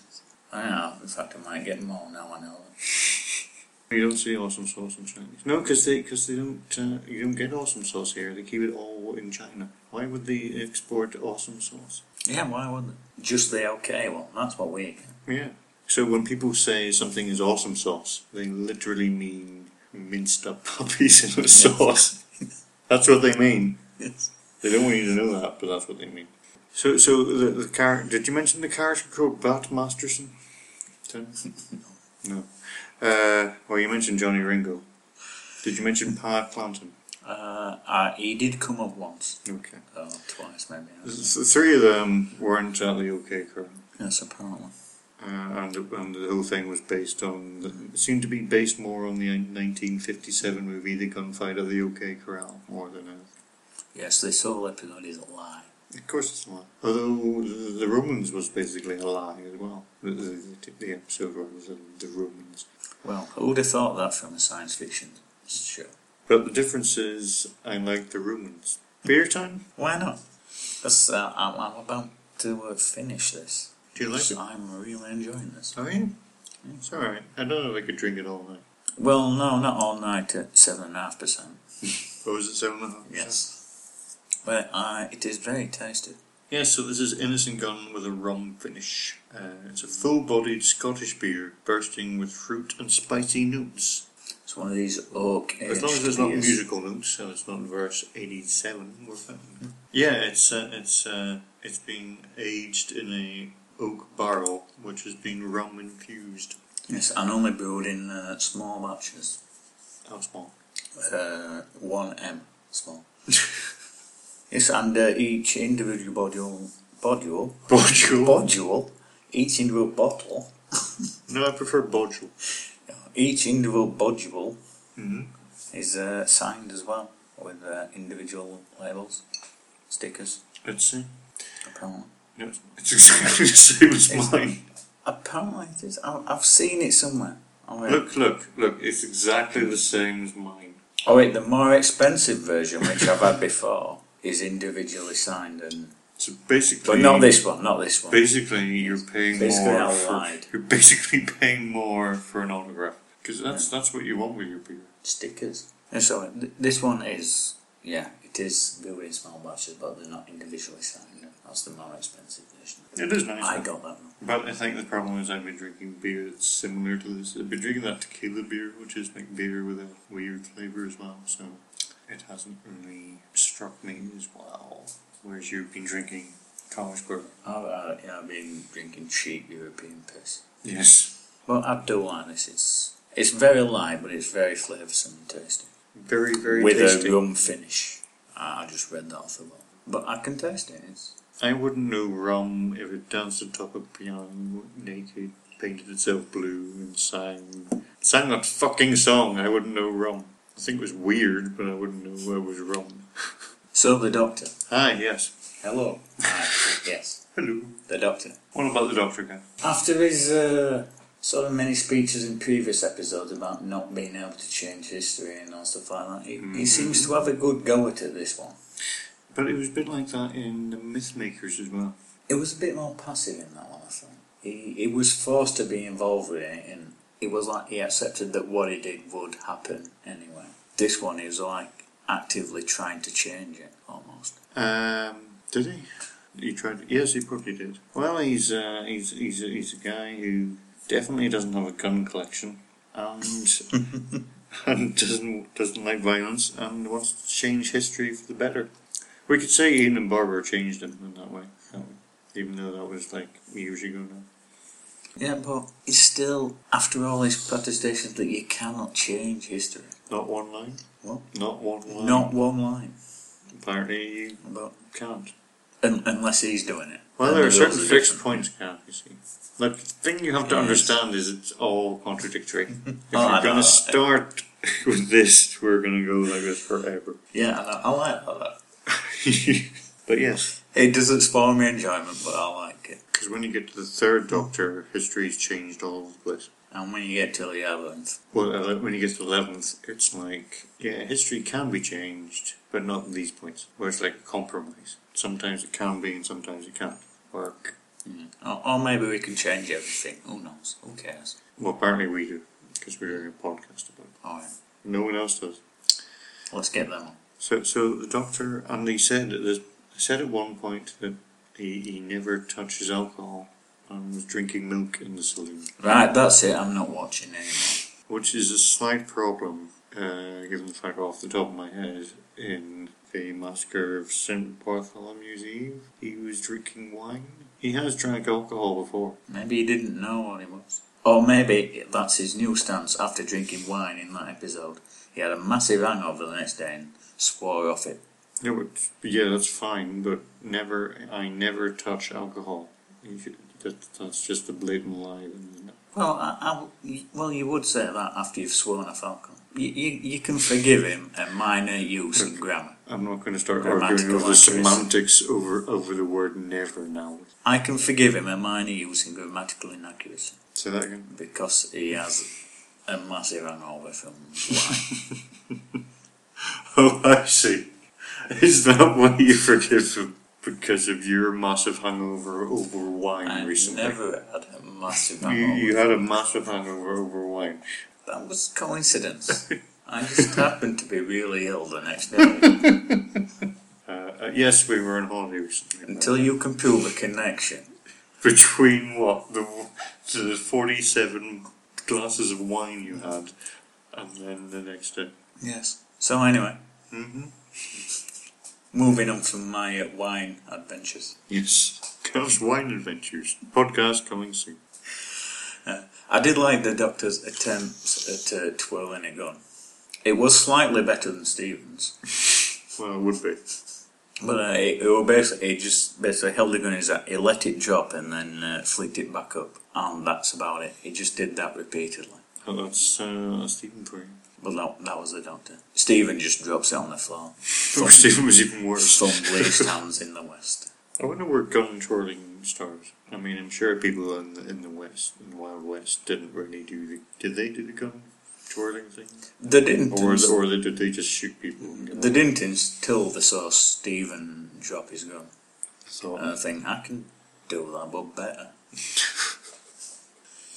[SPEAKER 1] I know. In fact, I might get more now. I know. it.
[SPEAKER 2] You don't see awesome sauce in Chinese. No, because they, cause they don't, uh, you don't get awesome sauce here. They keep it all in China. Why would they export awesome sauce?
[SPEAKER 1] Yeah, why wouldn't? they? Just the okay one. That's what we. get.
[SPEAKER 2] Yeah. So when people say something is awesome sauce, they literally mean minced up puppies in a sauce. that's what they mean.
[SPEAKER 1] Yes.
[SPEAKER 2] They don't want you to know that, but that's what they mean. So, so the, the character. Did you mention the character called Bat Masterson? Tim? no. Uh, well, you mentioned Johnny Ringo. Did you mention Pat Clanton?
[SPEAKER 1] Uh, uh, he did come up once,
[SPEAKER 2] Okay.
[SPEAKER 1] or twice maybe. I don't know.
[SPEAKER 2] The three of them weren't at the OK current,
[SPEAKER 1] Yes, apparently.
[SPEAKER 2] uh, and and the whole thing was based on. it seemed to be based more on the 1957 movie, The Gunfight at the OK Corral, more than anything.
[SPEAKER 1] Yes, this whole episode is a lie.
[SPEAKER 2] Of course it's not. Although the the Romans was basically a lie as well. The, the, the episode where it was the Romans.
[SPEAKER 1] Well, who would have thought that from a science fiction show?
[SPEAKER 2] But the difference is I like the Romans. Beer time?
[SPEAKER 1] Why not? That's, uh, I'm, I'm about to uh, finish this.
[SPEAKER 2] Do you like it?
[SPEAKER 1] I'm really enjoying this.
[SPEAKER 2] Oh yeah. It's alright. I don't know if I could drink it all night.
[SPEAKER 1] Well, no, not all night at seven and a half percent.
[SPEAKER 2] Oh, is it seven and a half?
[SPEAKER 1] Yes, but uh, it is very tasty.
[SPEAKER 2] Yeah, so this is Innocent Gun with a rum finish. Uh, it's a full-bodied Scottish beer bursting with fruit and spicy notes.
[SPEAKER 1] It's one of these oak.
[SPEAKER 2] As long as there's not musical notes and it's not verse eighty-seven, we're fine. Yeah, it's uh, it's uh, it's being aged in a oak barrel, which has been rum infused.
[SPEAKER 1] Yes, and only brewed in uh, small batches.
[SPEAKER 2] How small?
[SPEAKER 1] Uh, one m small. yes, and uh, each individual bottle, bottle,
[SPEAKER 2] Bodule.
[SPEAKER 1] bottle, each individual bottle,
[SPEAKER 2] No, I prefer bodule.
[SPEAKER 1] each individual bottle
[SPEAKER 2] Mm-hmm.
[SPEAKER 1] is uh, signed as well with uh, individual labels, stickers.
[SPEAKER 2] Let's see.
[SPEAKER 1] Apparently,
[SPEAKER 2] No, it's- it's exactly the same
[SPEAKER 1] It's-
[SPEAKER 2] as mine.
[SPEAKER 1] apparently it is. I, I've seen it somewhere. Oh wait.
[SPEAKER 2] Look, look, look! It's exactly the same as mine.
[SPEAKER 1] oh wait, the more expensive version, which I've had before, is individually signed, and
[SPEAKER 2] So basically,
[SPEAKER 1] but not this one, not this one.
[SPEAKER 2] Basically, you're paying
[SPEAKER 1] Basically,
[SPEAKER 2] more.
[SPEAKER 1] I
[SPEAKER 2] For,
[SPEAKER 1] lied.
[SPEAKER 2] you're basically paying more for an autograph because that's that's what you want with your beer.
[SPEAKER 1] Stickers. And so th- this one is, yeah, it is brewed in small batches, but they're not individually signed. That's the more expensive version.
[SPEAKER 2] It is nice.
[SPEAKER 1] I got that one.
[SPEAKER 2] But I think the problem is I've been drinking beer that's similar to this. I've been drinking that tequila beer, which is like beer with a weird flavour as well, so it hasn't really struck me as well. Whereas you've been drinking Carl Square.
[SPEAKER 1] I've, uh, yeah, I've been drinking cheap European piss.
[SPEAKER 2] Yes.
[SPEAKER 1] Well, I do like this. It's it's very light, but it's very flavoursome and tasty.
[SPEAKER 2] Very, very
[SPEAKER 1] With
[SPEAKER 2] tasty.
[SPEAKER 1] a rum finish. I, I just read that off the wall. But I can taste it. It's,
[SPEAKER 2] I wouldn't know rum if it danced on top of piano naked, painted itself blue, and sang sang that fucking song. I wouldn't know rum. I think it was weird, but I wouldn't know it was rum.
[SPEAKER 1] so the doctor.
[SPEAKER 2] Ah, yes.
[SPEAKER 1] Hello. Hi. yes,
[SPEAKER 2] Hello.
[SPEAKER 1] the doctor.
[SPEAKER 2] What about the doctor guy?
[SPEAKER 1] After his uh, sort of many speeches in previous episodes about not being able to change history and all stuff like that, he,
[SPEAKER 2] Mm-hmm.
[SPEAKER 1] he seems to have a good go at it, this one.
[SPEAKER 2] But it was a bit like that in the Mythmakers as well.
[SPEAKER 1] It was a bit more passive in that one, I thought. He, he was forced to be involved with it, and it was like he accepted that what he did would happen anyway. This one is like actively trying to change it, almost.
[SPEAKER 2] Um, did he? He tried. Yes, he probably did. Well, he's uh, he's he's a, he's a guy who definitely doesn't have a gun collection, and and doesn't doesn't like violence, and wants to change history for the better. We could say Ian and Barber changed him in that way, can't we? even though that was like years ago now.
[SPEAKER 1] Yeah, but it's still, after all these protestations, that you cannot change history.
[SPEAKER 2] Not one line.
[SPEAKER 1] What?
[SPEAKER 2] Not one line.
[SPEAKER 1] Not one line.
[SPEAKER 2] apparently you
[SPEAKER 1] But
[SPEAKER 2] can't.
[SPEAKER 1] Un- unless he's doing it.
[SPEAKER 2] Well,
[SPEAKER 1] Then
[SPEAKER 2] there are
[SPEAKER 1] the
[SPEAKER 2] certain
[SPEAKER 1] rules
[SPEAKER 2] fixed
[SPEAKER 1] different.
[SPEAKER 2] points, Gav, you see. Like, the thing you have to
[SPEAKER 1] Yes.
[SPEAKER 2] understand is it's all contradictory. if
[SPEAKER 1] Oh, I
[SPEAKER 2] you're
[SPEAKER 1] know
[SPEAKER 2] going to
[SPEAKER 1] that.
[SPEAKER 2] start with this, we're going to go like this forever.
[SPEAKER 1] Yeah, I, know. I like that.
[SPEAKER 2] but yes,
[SPEAKER 1] It doesn't spoil my enjoyment, but I like it.
[SPEAKER 2] because when you get to the third Doctor, history's changed all over the place.
[SPEAKER 1] And when you get to the eleventh,
[SPEAKER 2] Well, uh, when you get to the eleventh, it's like yeah, history can be changed, but not at these points where it's like a compromise. Sometimes it can be, and sometimes it can't. Or
[SPEAKER 1] or, or maybe we can change everything. Who knows? Who cares?
[SPEAKER 2] well, apparently we do because we're doing a podcast about it.
[SPEAKER 1] All right,
[SPEAKER 2] No one else does.
[SPEAKER 1] let's get them on.
[SPEAKER 2] So, so the doctor and he said that this, said at one point that he, he never touches alcohol and was drinking milk in the saloon,
[SPEAKER 1] Right, that's it. I'm not watching anymore.
[SPEAKER 2] which is a slight problem, uh, given the fact off the top of my head in the massacre of St. Bartholomew's Eve, he was drinking wine. He has drank alcohol before.
[SPEAKER 1] Maybe he didn't know what he was. Or maybe that's his new stance after drinking wine in that episode. He had a massive hangover the next day and swore off it.
[SPEAKER 2] No, but yeah, that's fine. But never, I never touch alcohol. You should, that, that's just a blatant lie.
[SPEAKER 1] Well, I, I w- well, you would say that after you've sworn off alcohol. You, you, you can forgive him a minor use in grammar.
[SPEAKER 2] I'm not going to start
[SPEAKER 1] Grammatical
[SPEAKER 2] arguing over the
[SPEAKER 1] accuracy.
[SPEAKER 2] semantics over over the word never now.
[SPEAKER 1] I can forgive him a minor use in grammatical inaccuracy
[SPEAKER 2] Say that again.
[SPEAKER 1] because he has a massive hangover from wine.
[SPEAKER 2] Oh, I see. Is that why you forgive him? Because of your massive hangover over wine
[SPEAKER 1] I've
[SPEAKER 2] recently.
[SPEAKER 1] never had a massive
[SPEAKER 2] You,
[SPEAKER 1] hangover.
[SPEAKER 2] you had a massive hangover over wine.
[SPEAKER 1] That was coincidence. I just happened to be really ill the next day.
[SPEAKER 2] Uh, uh, yes, we were on holiday recently.
[SPEAKER 1] Until you can prove a connection.
[SPEAKER 2] between what the the forty-seven glasses of wine you had, and then the next day.
[SPEAKER 1] Yes. So anyway,
[SPEAKER 2] Mm-hmm.
[SPEAKER 1] moving on from my uh, wine adventures.
[SPEAKER 2] Yes, Cavs Wine Adventures podcast coming soon.
[SPEAKER 1] I did like the Doctor's attempts at uh, twirling a gun. It was slightly better than Stevens,
[SPEAKER 2] Well, it would be.
[SPEAKER 1] but uh, it, it was basically he just basically held the gun in his hand, he let it drop and then uh, flicked it back up, and that's about it. He just did that repeatedly.
[SPEAKER 2] Oh, that's uh, that's Stephen for you.
[SPEAKER 1] But that, that was the Doctor. Stephen just drops it on the floor.
[SPEAKER 2] Oh, Stephen was even worse.
[SPEAKER 1] Some least hands in the west.
[SPEAKER 2] I wonder where gun twirling started. I mean, I'm sure people in the, in the West, in the Wild West, didn't really do the. Did they do the gun twirling thing,
[SPEAKER 1] They didn't.
[SPEAKER 2] or or they, did they just shoot people? And get
[SPEAKER 1] They didn't until they saw Stephen drop his gun.
[SPEAKER 2] so,
[SPEAKER 1] And I think I can do that, but better.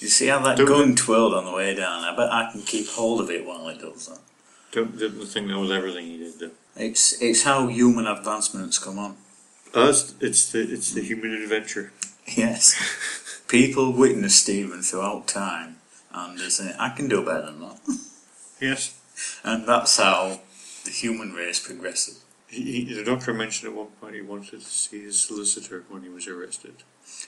[SPEAKER 1] you see how that
[SPEAKER 2] Don't
[SPEAKER 1] gun twirled on the way down? I bet I can keep hold of it while it does that.
[SPEAKER 2] don't didn't think that was everything he did. Though.
[SPEAKER 1] It's it's how human advancements come on.
[SPEAKER 2] Us, uh, it's the it's the human adventure.
[SPEAKER 1] Yes, people witness Stephen throughout time, and they say, "I can do better than that,"
[SPEAKER 2] Yes.
[SPEAKER 1] and that's how the human race progresses.
[SPEAKER 2] He, he- the doctor mentioned at one point he wanted to see his solicitor when he was arrested.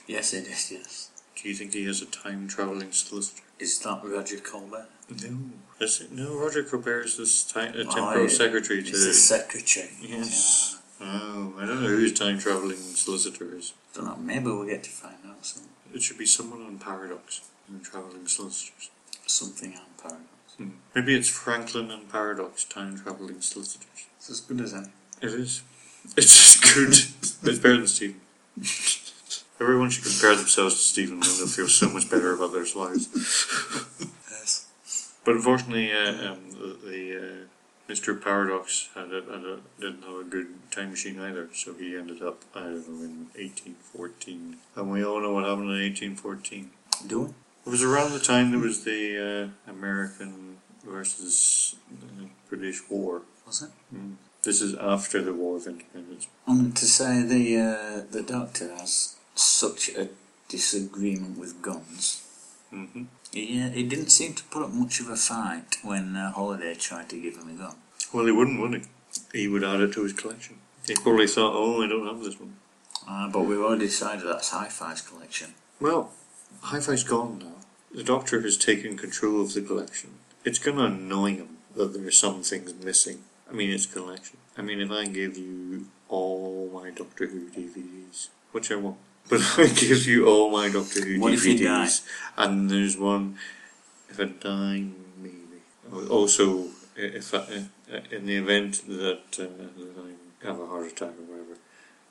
[SPEAKER 1] Yes, it is. Yes,
[SPEAKER 2] Do you think he has a time traveling solicitor?
[SPEAKER 1] is that Roger Colbert?
[SPEAKER 2] No. That's it. No, Roger Colbert is this time,
[SPEAKER 1] Oh,
[SPEAKER 2] a temporal
[SPEAKER 1] yeah.
[SPEAKER 2] secretary to
[SPEAKER 1] He's the secretary.
[SPEAKER 2] Yes. Oh, I don't know whose time traveling solicitor is.
[SPEAKER 1] Don't know. Maybe we'll get to find out some,
[SPEAKER 2] It should be someone on Paradox and traveling solicitors.
[SPEAKER 1] something on Paradox.
[SPEAKER 2] Hmm. Maybe it's Franklin and Paradox time traveling solicitors.
[SPEAKER 1] It's as good as any.
[SPEAKER 2] It is. It's just good. it's better than Stephen. Everyone should compare themselves to Stephen, and they'll feel so much better about their lives.
[SPEAKER 1] Yes.
[SPEAKER 2] But unfortunately, uh, um, the, the uh, Mr. Paradox had a, had a, didn't have a good time machine either, so he ended up, I don't know, in 1814. And we all know what happened in 1814.
[SPEAKER 1] Do we?
[SPEAKER 2] It was around the time there was the uh, American versus uh, British War.
[SPEAKER 1] Was it?
[SPEAKER 2] This is after the War of Independence.
[SPEAKER 1] I meant to say the uh, the doctor has such a disagreement with guns.
[SPEAKER 2] hmm
[SPEAKER 1] He, uh, he didn't seem to put up much of a fight when uh, Holiday tried to give him a gun.
[SPEAKER 2] Well, he wouldn't, would he? He would add it to his collection. He probably thought, oh, I don't have this one.
[SPEAKER 1] Uh, but we've already decided that's Hi-Fi's collection.
[SPEAKER 2] Well, Hi-Fi's gone now. The Doctor has taken control of the collection. It's going to annoy him that there are some things missing. I mean, it's collection. I mean, if I gave you all my Doctor Who DVDs, which I won't, but I give you all my Doctor Who
[SPEAKER 1] What
[SPEAKER 2] DVDs,
[SPEAKER 1] if you die?
[SPEAKER 2] and there's one, if I die, maybe. Also, i- if I, i- in the event that, uh, that I have a heart attack or whatever,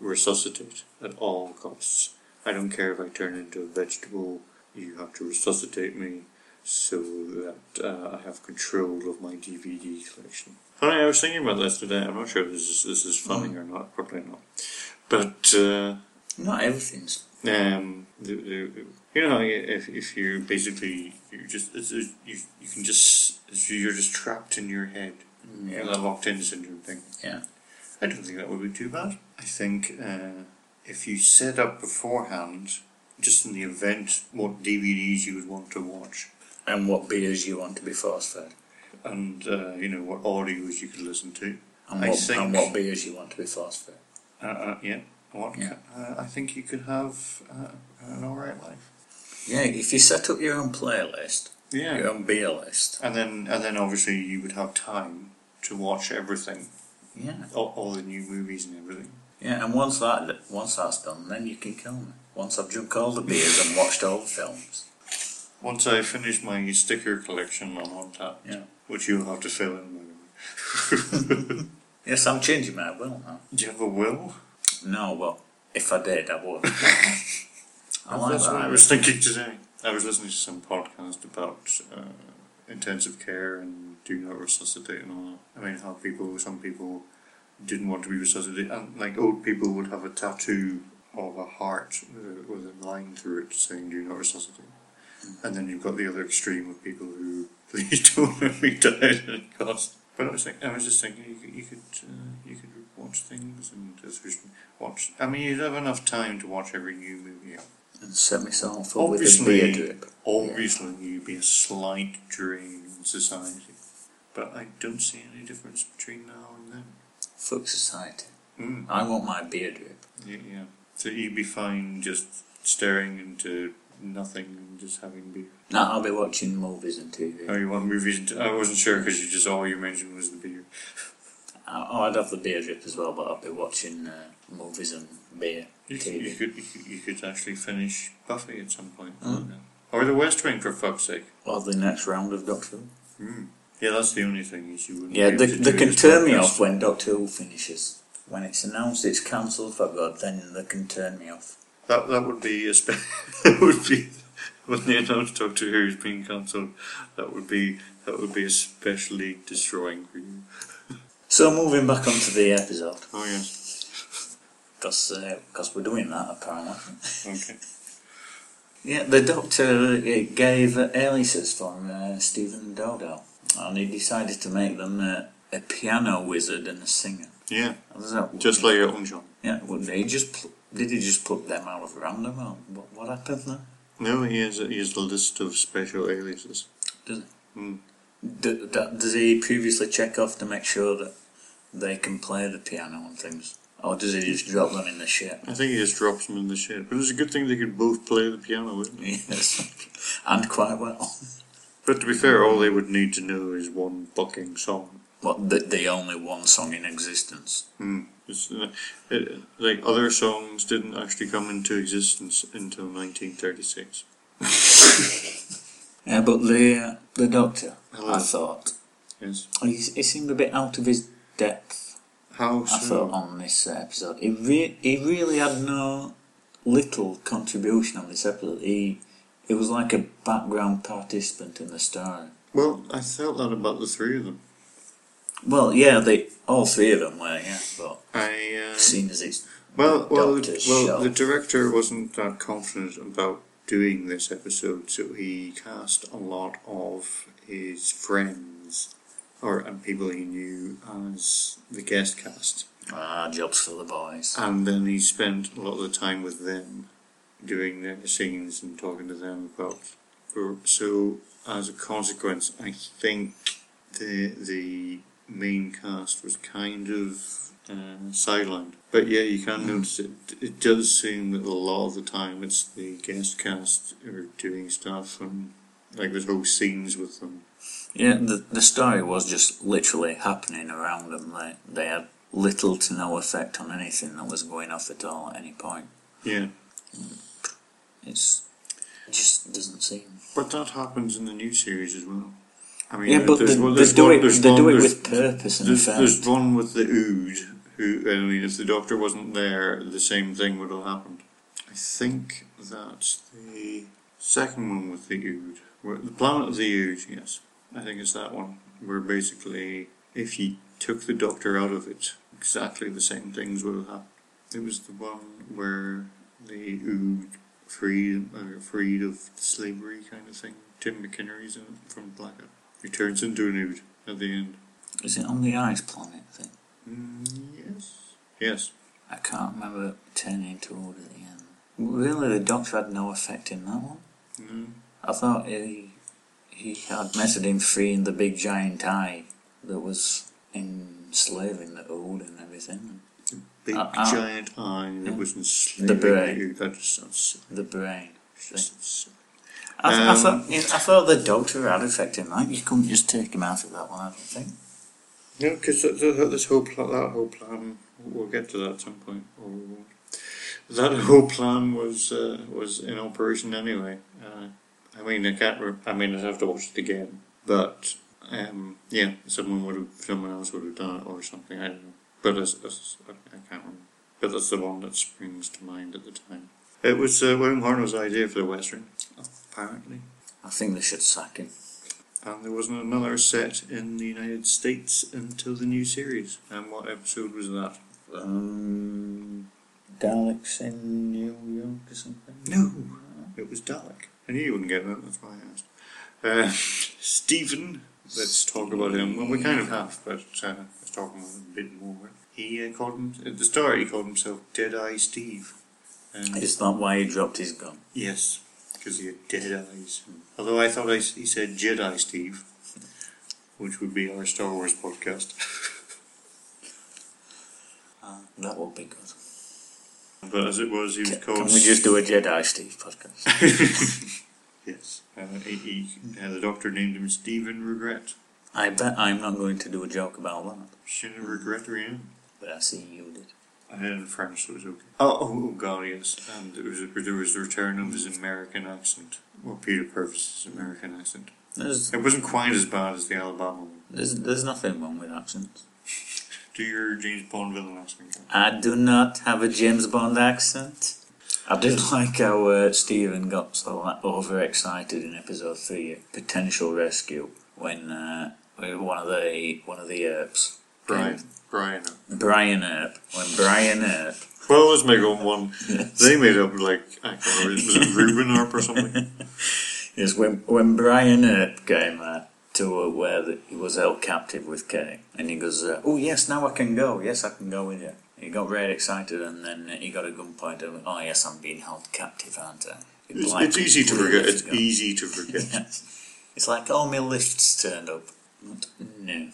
[SPEAKER 2] resuscitate at all costs. I don't care if I turn into a vegetable, you have to resuscitate me so that uh, I have control of my DVD collection. Funny, I was thinking about this today. I'm not sure if this is, this is funny or not, probably not. But, uh,
[SPEAKER 1] Not everything's...
[SPEAKER 2] um, the, the, you know, how you- if, if you basically, you just, it's, it's- you, you can just, it's- you're just trapped in your head. Yeah, that locked in syndrome thing.
[SPEAKER 1] Yeah.
[SPEAKER 2] I don't think that would be too bad. I think uh, if you set up beforehand, just in the event, what DVDs you would want to watch,
[SPEAKER 1] And what beers you want to be force-fed.
[SPEAKER 2] and uh, you know what audios you could listen to,
[SPEAKER 1] And
[SPEAKER 2] I
[SPEAKER 1] what,
[SPEAKER 2] think-
[SPEAKER 1] and what beers you want to be forced for.
[SPEAKER 2] Uh, uh, yeah. What?
[SPEAKER 1] Yeah.
[SPEAKER 2] Uh, I think you could have uh, an alright life.
[SPEAKER 1] Yeah, if you set up your own playlist,
[SPEAKER 2] Yeah.
[SPEAKER 1] your own beer list,
[SPEAKER 2] And then, and then obviously you would have time to watch everything,
[SPEAKER 1] yeah,
[SPEAKER 2] all, all the new movies and everything.
[SPEAKER 1] yeah. And once that once that's done, then you can kill me. Once I've drunk all the beers and watched all the films,
[SPEAKER 2] Once I finish my sticker collection on OnTap,
[SPEAKER 1] Yeah.
[SPEAKER 2] which you'll have to fill in. by the way.
[SPEAKER 1] yes, I'm changing my will now.
[SPEAKER 2] Do you have a will?
[SPEAKER 1] No, well, if I did, I would. I like
[SPEAKER 2] That's
[SPEAKER 1] that.
[SPEAKER 2] what I was thinking today. I was listening to some podcast about uh, intensive care and do not resuscitate and all that. I mean, how people, some people didn't want to be resuscitated, and like old people would have a tattoo of a heart with a, with a line through it saying do not resuscitate. And then you've got the other extreme of people who please don't let me die at any cost. But I was, think, I was just thinking you could you could, uh, you could watch things and just watch. I mean, you'd have enough time to watch every new movie out
[SPEAKER 1] and set myself up with a beer
[SPEAKER 2] obviously,
[SPEAKER 1] drip.
[SPEAKER 2] obviously you'd be a slight drain in society, but I don't see any difference between now and then.
[SPEAKER 1] Fuck society.
[SPEAKER 2] Mm.
[SPEAKER 1] I want my beer drip.
[SPEAKER 2] Yeah, yeah. So you'd be fine just staring into nothing and just having beer.
[SPEAKER 1] No, I'll be watching movies and TV.
[SPEAKER 2] Oh, you want movies? And t- I wasn't sure because you just all you mentioned was the beer.
[SPEAKER 1] I, oh, I'd have the beer drip as well, but I'll be watching uh, movies and beer,
[SPEAKER 2] You, could- you
[SPEAKER 1] TV.
[SPEAKER 2] could you could you could actually finish Buffy at some point,
[SPEAKER 1] Mm.
[SPEAKER 2] or The West Wing for fuck's sake. Mm.
[SPEAKER 1] Or the next round of Doctor Who.
[SPEAKER 2] Yeah, that's the only thing is you wouldn't.
[SPEAKER 1] Yeah,
[SPEAKER 2] be
[SPEAKER 1] they,
[SPEAKER 2] able to
[SPEAKER 1] they
[SPEAKER 2] do
[SPEAKER 1] can
[SPEAKER 2] this
[SPEAKER 1] turn me
[SPEAKER 2] podcast.
[SPEAKER 1] off when Doctor Who finishes. When it's announced it's cancelled for good, then they can turn me off.
[SPEAKER 2] That that would be a spe- that would be when they announced Doctor Who is being cancelled. That would be that would be especially destroying for you.
[SPEAKER 1] So moving back onto the episode,
[SPEAKER 2] Oh yes.
[SPEAKER 1] because we're doing that apparently.
[SPEAKER 2] Okay.
[SPEAKER 1] Yeah, the doctor uh, gave uh, aliases from uh, Stephen Dodo, and he decided to make them uh, a piano wizard and a singer.
[SPEAKER 2] Yeah,
[SPEAKER 1] How does that work?
[SPEAKER 2] just like Elton John.
[SPEAKER 1] yeah, would they just pl- did he just put them out of random? Or what, what happened there?
[SPEAKER 2] No, he has he has a list of special aliases.
[SPEAKER 1] D- d- does he previously check off to make sure that they can play the piano and things, or does he just drop them in the shit?
[SPEAKER 2] I think he just drops them in the shit. But it's a good thing they could both play the piano, isn't it?
[SPEAKER 1] Yes, and quite well.
[SPEAKER 2] But to be fair, all they would need to know is one fucking song.
[SPEAKER 1] What the, the only one song in existence?
[SPEAKER 2] Hmm. It's, uh, it, like other songs didn't actually come into existence until 1936.
[SPEAKER 1] Yeah, but the uh, the doctor,
[SPEAKER 2] Hello.
[SPEAKER 1] I thought
[SPEAKER 2] Yes.
[SPEAKER 1] he, he seemed a bit out of his depth.
[SPEAKER 2] How
[SPEAKER 1] I thought on this uh, episode, he re- he really had no little contribution on this episode. He he was like a background participant in the story.
[SPEAKER 2] Well, I felt that about the three of them.
[SPEAKER 1] Well, yeah, they all three of them were, yeah, but
[SPEAKER 2] I uh,
[SPEAKER 1] seen as it's
[SPEAKER 2] well, well,
[SPEAKER 1] Doctor
[SPEAKER 2] well, the
[SPEAKER 1] Show.
[SPEAKER 2] director wasn't that confident about doing this episode, so he cast a lot of his friends or and people he knew as the guest cast,
[SPEAKER 1] ah jobs for the boys.
[SPEAKER 2] and then he spent a lot of the time with them, doing their scenes and talking to them about. So, as a consequence, I think the the main cast was kind of uh, sidelined. But yeah, you
[SPEAKER 1] Mm.
[SPEAKER 2] can notice it. It does seem that a lot of the time it's the guest cast who are doing stuff and like there's whole scenes with them.
[SPEAKER 1] Yeah, the the story was just literally happening around them. They they had little to no effect on anything that was going off at all at any point.
[SPEAKER 2] Yeah,
[SPEAKER 1] It's it just doesn't seem.
[SPEAKER 2] but that happens in the new series as well. I mean,
[SPEAKER 1] Yeah, but they,
[SPEAKER 2] there's one-
[SPEAKER 1] they
[SPEAKER 2] there's
[SPEAKER 1] do
[SPEAKER 2] one-
[SPEAKER 1] it.
[SPEAKER 2] there's
[SPEAKER 1] They do
[SPEAKER 2] one-
[SPEAKER 1] it
[SPEAKER 2] there's-
[SPEAKER 1] with purpose and
[SPEAKER 2] There's, there's
[SPEAKER 1] effect.
[SPEAKER 2] one with the ood. Who I mean, if the doctor wasn't there, the same thing would have happened. I think that's the second one with the ood. Where, the planet of the ood. Yes, I think it's that one. Where basically, if you took the doctor out of it, exactly the same things would have happened. It was the one where the ood freed, uh, freed of slavery kind of thing. Tim McInerney's in it from Blackout. He turns into an ood at the end.
[SPEAKER 1] Is it on the ice planet thing?
[SPEAKER 2] Mm, yes. Yes.
[SPEAKER 1] I can't remember turning into wood at the end. Really, the doctor had no effect in that one.
[SPEAKER 2] Mm.
[SPEAKER 1] I thought he he had method in freeing the big giant eye that was enslaving enslaving the old and everything.
[SPEAKER 2] Big
[SPEAKER 1] Uh, uh,
[SPEAKER 2] giant eye that
[SPEAKER 1] yeah.
[SPEAKER 2] was
[SPEAKER 1] The
[SPEAKER 2] enslaving
[SPEAKER 1] brain.
[SPEAKER 2] you. That just sounds silly.
[SPEAKER 1] The brain.
[SPEAKER 2] Just sounds silly.
[SPEAKER 1] I, th- I,
[SPEAKER 2] Um,
[SPEAKER 1] thought, yeah, I thought the doctor had affected him. Like, you couldn't just take him out of that one, I don't think.
[SPEAKER 2] Yeah, because th- th- th- this whole pl- that whole plan, we'll get to that at some point. Or we won't. That whole plan was uh, was in operation anyway. Uh, I mean, I can't. Re- I mean, I'd have to watch it again. But um, yeah, someone would have, someone else would have done it or something. I don't know. But it's, it's, I, I can't remember. But that's the one that springs to mind at the time. It was uh, William Harnell's idea for the Western, apparently.
[SPEAKER 1] I think they should sack him.
[SPEAKER 2] And there wasn't another set in the United States until the new series. And what episode was that?
[SPEAKER 1] Um, Daleks in New York or something?
[SPEAKER 2] No, it was Dalek. I knew you wouldn't get that, that's why I asked. Uh, Stephen, let's talk about him. Well, we kind of have, but uh, let's talk about him a bit more. He uh, called him, at the start, he called himself Deadeye Steve. Um,
[SPEAKER 1] Is that why he dropped his gun?
[SPEAKER 2] yes, because he had dead eyes. Although I thought I s he said Jedi Steve, which would be our Star Wars podcast.
[SPEAKER 1] Uh, that would be good.
[SPEAKER 2] But as it was, he was
[SPEAKER 1] Can,
[SPEAKER 2] called.
[SPEAKER 1] can we just do a Jedi Steve podcast?
[SPEAKER 2] yes. Uh, he, he, uh, the doctor named him Stephen Regret.
[SPEAKER 1] I bet I'm not going to do a joke about that,
[SPEAKER 2] Stephen Regret Rien.
[SPEAKER 1] but I see you did.
[SPEAKER 2] I had it in French, so it was okay. Oh, oh, oh God, yes. And there was, there was the return of his American accent. Well, Peter Purvis' American accent.
[SPEAKER 1] There's,
[SPEAKER 2] It wasn't quite as bad as the Alabama one.
[SPEAKER 1] there's, there's nothing wrong with accents.
[SPEAKER 2] Do your James Bond villain accent.
[SPEAKER 1] I do not have a James Bond accent. I did like how uh, Stephen got so like, overexcited in episode three, potential rescue, when uh, one of the one of the Earps,
[SPEAKER 2] Brian. Brian.
[SPEAKER 1] Brian Earp, when Brian Earp,
[SPEAKER 2] Well, let's make on one. They made up like, I can't remember, was it Ruben Harp or something?
[SPEAKER 1] is when when Brian Earp came uh, to uh, where the, he was held captive with Kay, and he goes, uh, "Oh yes, now I can go. Yes, I can go with you." He got really excited, and then he got a gunpoint. and went, Oh yes, I'm being held captive, aren't I? He'd
[SPEAKER 2] It's,
[SPEAKER 1] like
[SPEAKER 2] it's easy to
[SPEAKER 1] completely
[SPEAKER 2] forget. It's e-
[SPEAKER 1] forgotten.
[SPEAKER 2] easy to forget.
[SPEAKER 1] It's like, oh, my lift's turned up. Not- No.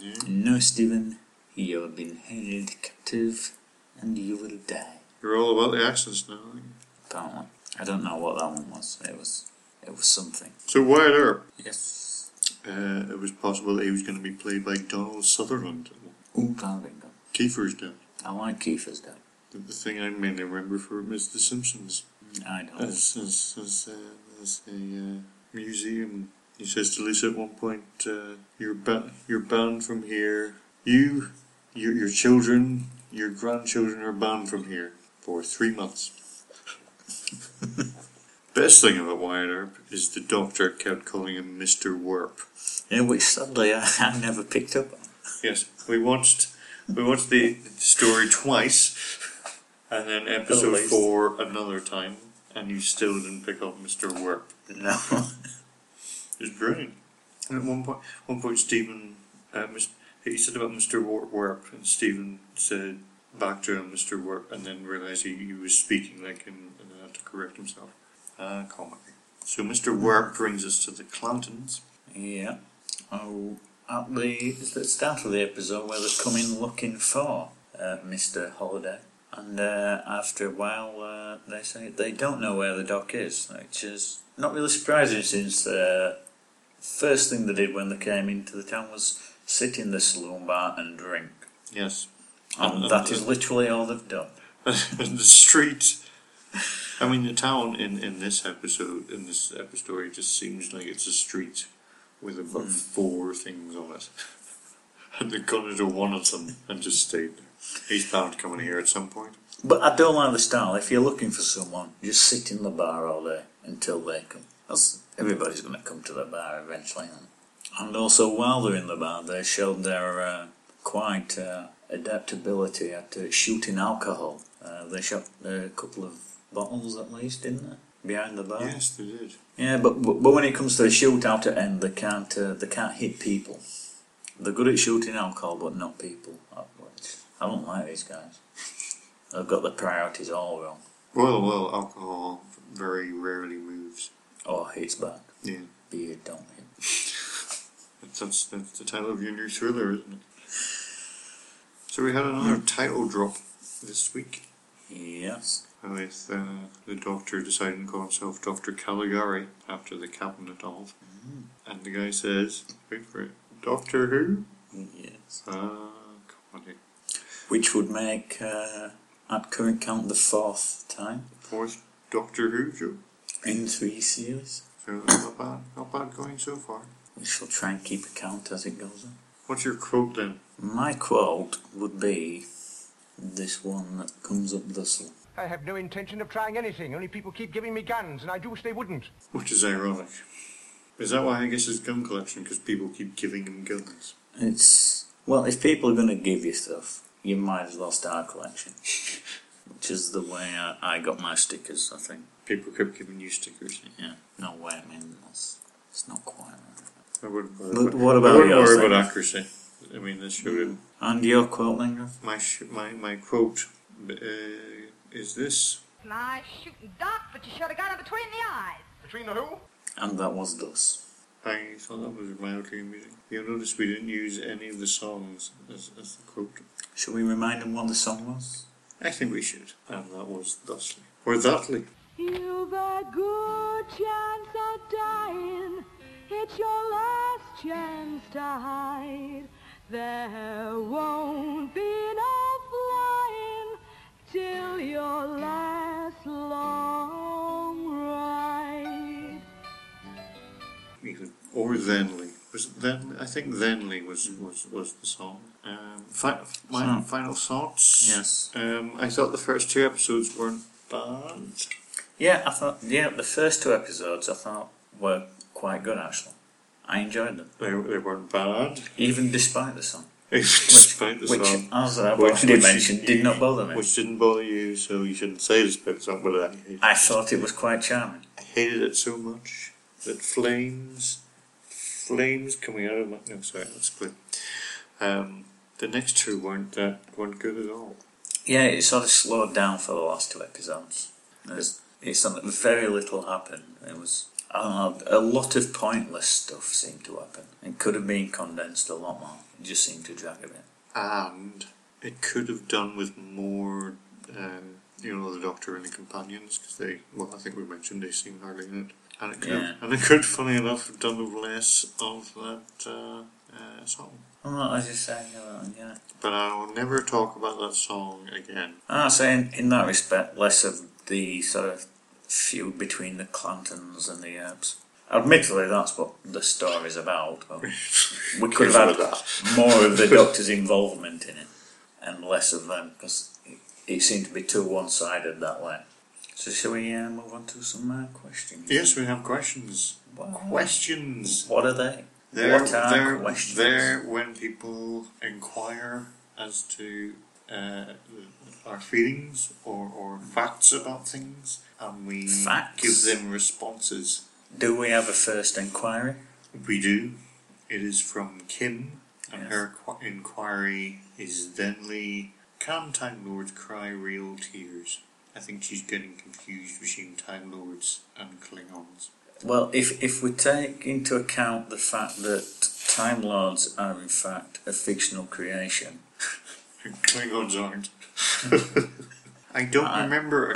[SPEAKER 2] Yeah.
[SPEAKER 1] No, Stephen. You have been held captive and you will die.
[SPEAKER 2] You're all about the accents now. aren't you?
[SPEAKER 1] Apparently. I don't know what that one was. It was it was something.
[SPEAKER 2] So Wyatt Earp,
[SPEAKER 1] Yes.
[SPEAKER 2] uh, it was possible that he was going to be played by Donald Sutherland.
[SPEAKER 1] Ooh, can't think of.
[SPEAKER 2] Kiefer's dad.
[SPEAKER 1] I like Kiefer's dad.
[SPEAKER 2] The, the thing I mainly remember from him is The Simpsons.
[SPEAKER 1] I don't.
[SPEAKER 2] As, as, as, uh, as a uh, museum, he says to Lisa at one point, uh, "You're ba- you're banned from here. You, your your children, your grandchildren are banned from here for three months." Best thing about Wyatt Earp is the doctor kept calling him Mister Werp.
[SPEAKER 1] yeah, which sadly I, I never picked up on.
[SPEAKER 2] Yes, we watched we watched the story twice, and then episode
[SPEAKER 1] least.
[SPEAKER 2] four another time, and you still didn't pick up Mister Werp.
[SPEAKER 1] No.
[SPEAKER 2] It's brilliant. And at one point, one point Stephen, uh, mis- he said about Mister Werp, and Stephen said back to him Mister Werp, and then realised he, he was speaking like him, and had to correct himself. Ah, comedy. So Mister Werp brings us to the Clantons.
[SPEAKER 1] yeah. Oh, at the, is it the start of the episode where they come in looking for uh, Mr. Holiday. And uh, after a while, uh, they say they don't know where the dock is, which is not really surprising since the first thing they did when they came into the town was sit in the saloon bar and drink.
[SPEAKER 2] Yes.
[SPEAKER 1] And
[SPEAKER 2] And-
[SPEAKER 1] that is literally all they've done.
[SPEAKER 2] in the street. I mean, the town in, in this episode, in this episode, it just seems like it's a street with about four things on it. And they got into one of them and just stayed there. He's bound to come in here at some point.
[SPEAKER 1] But I don't like the style. If you're looking for someone, just sit in the bar all day until they come. That's, everybody's going to come to the bar eventually. aren't they? And also, while they're in the bar, they showed their uh, quite uh, adaptability at uh, shooting alcohol. Uh, they shot a couple of bottles at least, didn't they? Behind the bar.
[SPEAKER 2] Yes, they did.
[SPEAKER 1] Yeah, but, but but when it comes to a shootout at end, they can't uh, they can't hit people. They're good at shooting alcohol, but not people. I I don't like these guys. They've got the priorities all wrong.
[SPEAKER 2] Well, well, alcohol very rarely moves.
[SPEAKER 1] Or Oh, hits back.
[SPEAKER 2] Yeah.
[SPEAKER 1] Beer don't hit.
[SPEAKER 2] That's, that's the title of your new thriller, isn't it? So we had another title drop this week
[SPEAKER 1] Yes.
[SPEAKER 2] with uh, the Doctor deciding to call himself Doctor Caligari after the cabinet of,
[SPEAKER 1] Mm.
[SPEAKER 2] and the guy says, "Wait for it, Doctor Who."
[SPEAKER 1] Yes.
[SPEAKER 2] Ah, comedy.
[SPEAKER 1] Which would make, uh, at current count, the fourth time
[SPEAKER 2] Fourth Doctor Who joke.
[SPEAKER 1] in three series.
[SPEAKER 2] So not bad, not bad going so far.
[SPEAKER 1] We shall try and keep a count as it goes on.
[SPEAKER 2] What's your quote then?
[SPEAKER 1] My quote would be this one that comes up this'll.
[SPEAKER 4] I have no intention of trying anything, only people keep giving me guns, and I do wish they wouldn't.
[SPEAKER 2] Which is ironic. Is that why I guess his gun collection? Because people keep giving him guns.
[SPEAKER 1] It's well, if people are going to give you stuff, you might as well start a collection. Which is the way I, I got my stickers, I think.
[SPEAKER 2] People kept giving you stickers.
[SPEAKER 1] Yeah. No way. I mean, that's it's not quite. Right.
[SPEAKER 2] I wouldn't worry.
[SPEAKER 1] But what about
[SPEAKER 2] I wouldn't
[SPEAKER 1] yours
[SPEAKER 2] worry
[SPEAKER 1] then?
[SPEAKER 2] about accuracy. I mean, this showed
[SPEAKER 1] Hmm.
[SPEAKER 2] him.
[SPEAKER 1] And your quote, Lingra?
[SPEAKER 2] My sh- my my quote uh, is this.
[SPEAKER 3] Nice shooting, Doc, but you should have got him between the eyes.
[SPEAKER 4] Between the who?
[SPEAKER 1] And that was thus.
[SPEAKER 2] I thought that was mildly amusing. You'll notice we didn't use any of the songs as, as the quote.
[SPEAKER 1] Shall we remind them what the song was?
[SPEAKER 2] I think we should. And that was thusly or thatly.
[SPEAKER 3] You've a good chance of dying. It's your last chance to hide. There won't be no flying till your last long ride.
[SPEAKER 2] Even or thenly was it then. I think thenly was was was the song. Um, fi- my
[SPEAKER 1] Song.
[SPEAKER 2] final thoughts.
[SPEAKER 1] Yes.
[SPEAKER 2] Um, I thought the first two episodes weren't bad.
[SPEAKER 1] Yeah, I thought. Yeah, the first two episodes I thought were quite good actually. I enjoyed them,
[SPEAKER 2] They, they weren't bad.
[SPEAKER 1] even despite the song,
[SPEAKER 2] Despite the
[SPEAKER 1] which,
[SPEAKER 2] song.
[SPEAKER 1] as I've
[SPEAKER 2] Which-
[SPEAKER 1] already
[SPEAKER 2] which you-
[SPEAKER 1] mentioned, did not bother me.
[SPEAKER 2] Which didn't bother you, so you shouldn't say despite the song, but I hated,
[SPEAKER 1] I thought it was quite charming.
[SPEAKER 2] I hated it so much that flames, flames coming out of my. No, sorry, that's good. Um, the next two weren't that weren't good at all.
[SPEAKER 1] Yeah, it sort of slowed down for the last two episodes. There's, it's something very little happened. It was I don't know, a lot of pointless stuff seemed to happen. It could have been condensed a lot more. It just seemed to drag a bit.
[SPEAKER 2] and it could have done with more, um, you know, the Doctor and the companions because they, well, I think we mentioned they seem hardly in it, and it could,
[SPEAKER 1] Yeah.
[SPEAKER 2] and it could, funny enough, have done with less of that uh, uh, song.
[SPEAKER 1] I'm not as you say, yeah.
[SPEAKER 2] But I will never talk about that song again.
[SPEAKER 1] Ah, so in, in that respect, less of the sort of feud between the Clantons and the Erbs. Admittedly, that's what the story's about. But we could
[SPEAKER 2] Careful
[SPEAKER 1] have
[SPEAKER 2] with
[SPEAKER 1] had more of the Doctor's involvement in it and less of them because it, it seemed to be too one-sided that way. So shall we uh, move on to some uh, questions?
[SPEAKER 2] Yes, we have questions.
[SPEAKER 1] Wow.
[SPEAKER 2] Questions.
[SPEAKER 1] What are they?
[SPEAKER 2] They're,
[SPEAKER 1] what are
[SPEAKER 2] they're,
[SPEAKER 1] questions?
[SPEAKER 2] they're when people inquire as to uh, our feelings or, or facts about things, and we
[SPEAKER 1] Facts?
[SPEAKER 2] give them responses.
[SPEAKER 1] Do we have a first inquiry?
[SPEAKER 2] We do. It is from Kim, and
[SPEAKER 1] Yes.
[SPEAKER 2] her qu- inquiry is thenly Can Time Lords cry real tears? I think she's getting confused between Time Lords and Klingons.
[SPEAKER 1] Well, if if we take into account the fact that Time Lords are in fact a fictional creation,
[SPEAKER 2] Klingons aren't. I don't
[SPEAKER 1] I-
[SPEAKER 2] remember.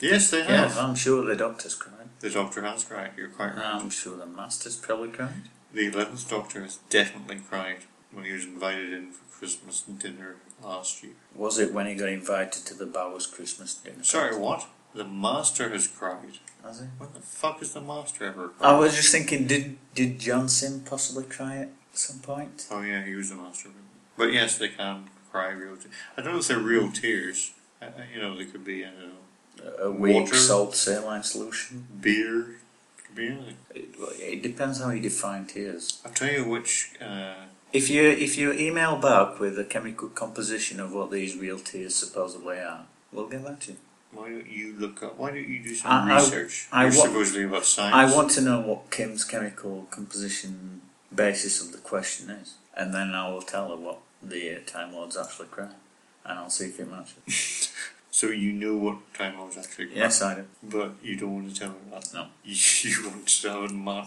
[SPEAKER 2] yes, they have.
[SPEAKER 1] Uh, yeah, I'm sure the Doctor's cried.
[SPEAKER 2] The Doctor has cried. You're quite right.
[SPEAKER 1] I'm sure the Master's probably cried.
[SPEAKER 2] The Eleventh Doctor has definitely cried when he was invited in for Christmas dinner last year.
[SPEAKER 1] Was it when he got invited to the Bowers Christmas dinner?
[SPEAKER 2] Sorry, what? The Master has cried.
[SPEAKER 1] Has he?
[SPEAKER 2] When the fuck is the Master ever? cried?
[SPEAKER 1] I was just thinking, did did Johnson possibly cry at some point?
[SPEAKER 2] Oh yeah, he was the Master. But yes, they can cry real. Te- I don't know if they're real tears. I, I- you know, they could be. I don't know.
[SPEAKER 1] A a weak
[SPEAKER 2] Water.
[SPEAKER 1] salt saline solution.
[SPEAKER 2] Beer. Could be anything.
[SPEAKER 1] It, it depends how you define tears.
[SPEAKER 2] I'll tell you which. Uh,
[SPEAKER 1] If you if you email back with a chemical composition of what these real tears supposedly are, we'll get back to you.
[SPEAKER 2] why don't you look up? Why don't you do some
[SPEAKER 1] I- I-
[SPEAKER 2] research?
[SPEAKER 1] I
[SPEAKER 2] You're
[SPEAKER 1] wa-
[SPEAKER 2] supposedly about
[SPEAKER 1] I
[SPEAKER 2] science.
[SPEAKER 1] want to know what Kim's chemical composition basis of the question is, and then I will tell her what the uh, Time Lords actually cry, and I'll see if it matches.
[SPEAKER 2] So you know what time I was actually. crying.
[SPEAKER 1] yes, I do.
[SPEAKER 2] But you don't want to tell him that.
[SPEAKER 1] No.
[SPEAKER 2] You, you want to tell him that.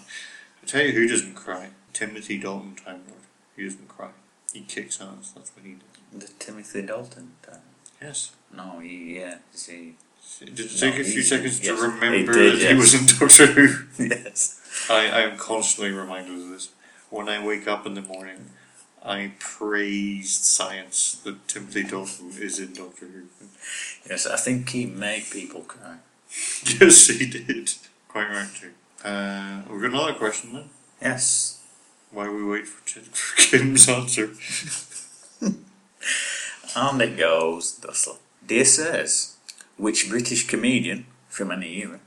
[SPEAKER 2] I tell you who doesn't cry. Timothy Dalton Time Lord. He doesn't cry. He kicks ass, that's what he did.
[SPEAKER 1] The Timothy Dalton time.
[SPEAKER 2] Yes.
[SPEAKER 1] No, he, yeah, see.
[SPEAKER 2] It did
[SPEAKER 1] No,
[SPEAKER 2] take a few
[SPEAKER 1] he-
[SPEAKER 2] seconds to
[SPEAKER 1] yes, he
[SPEAKER 2] remember
[SPEAKER 1] did,
[SPEAKER 2] that he
[SPEAKER 1] yes.
[SPEAKER 2] was in Doctor Who.
[SPEAKER 1] yes.
[SPEAKER 2] I, I am constantly reminded of this. When I wake up in the morning, I praised science that Timothy Dalton is in Doctor Who.
[SPEAKER 1] Yes, I think he made people cry.
[SPEAKER 2] yes, he did. Quite right, too. Uh, we've got another question then.
[SPEAKER 1] Yes.
[SPEAKER 2] While we wait for, Tim, for Kim's answer.
[SPEAKER 1] And it goes thusly. Dear Sirs, which British comedian from any era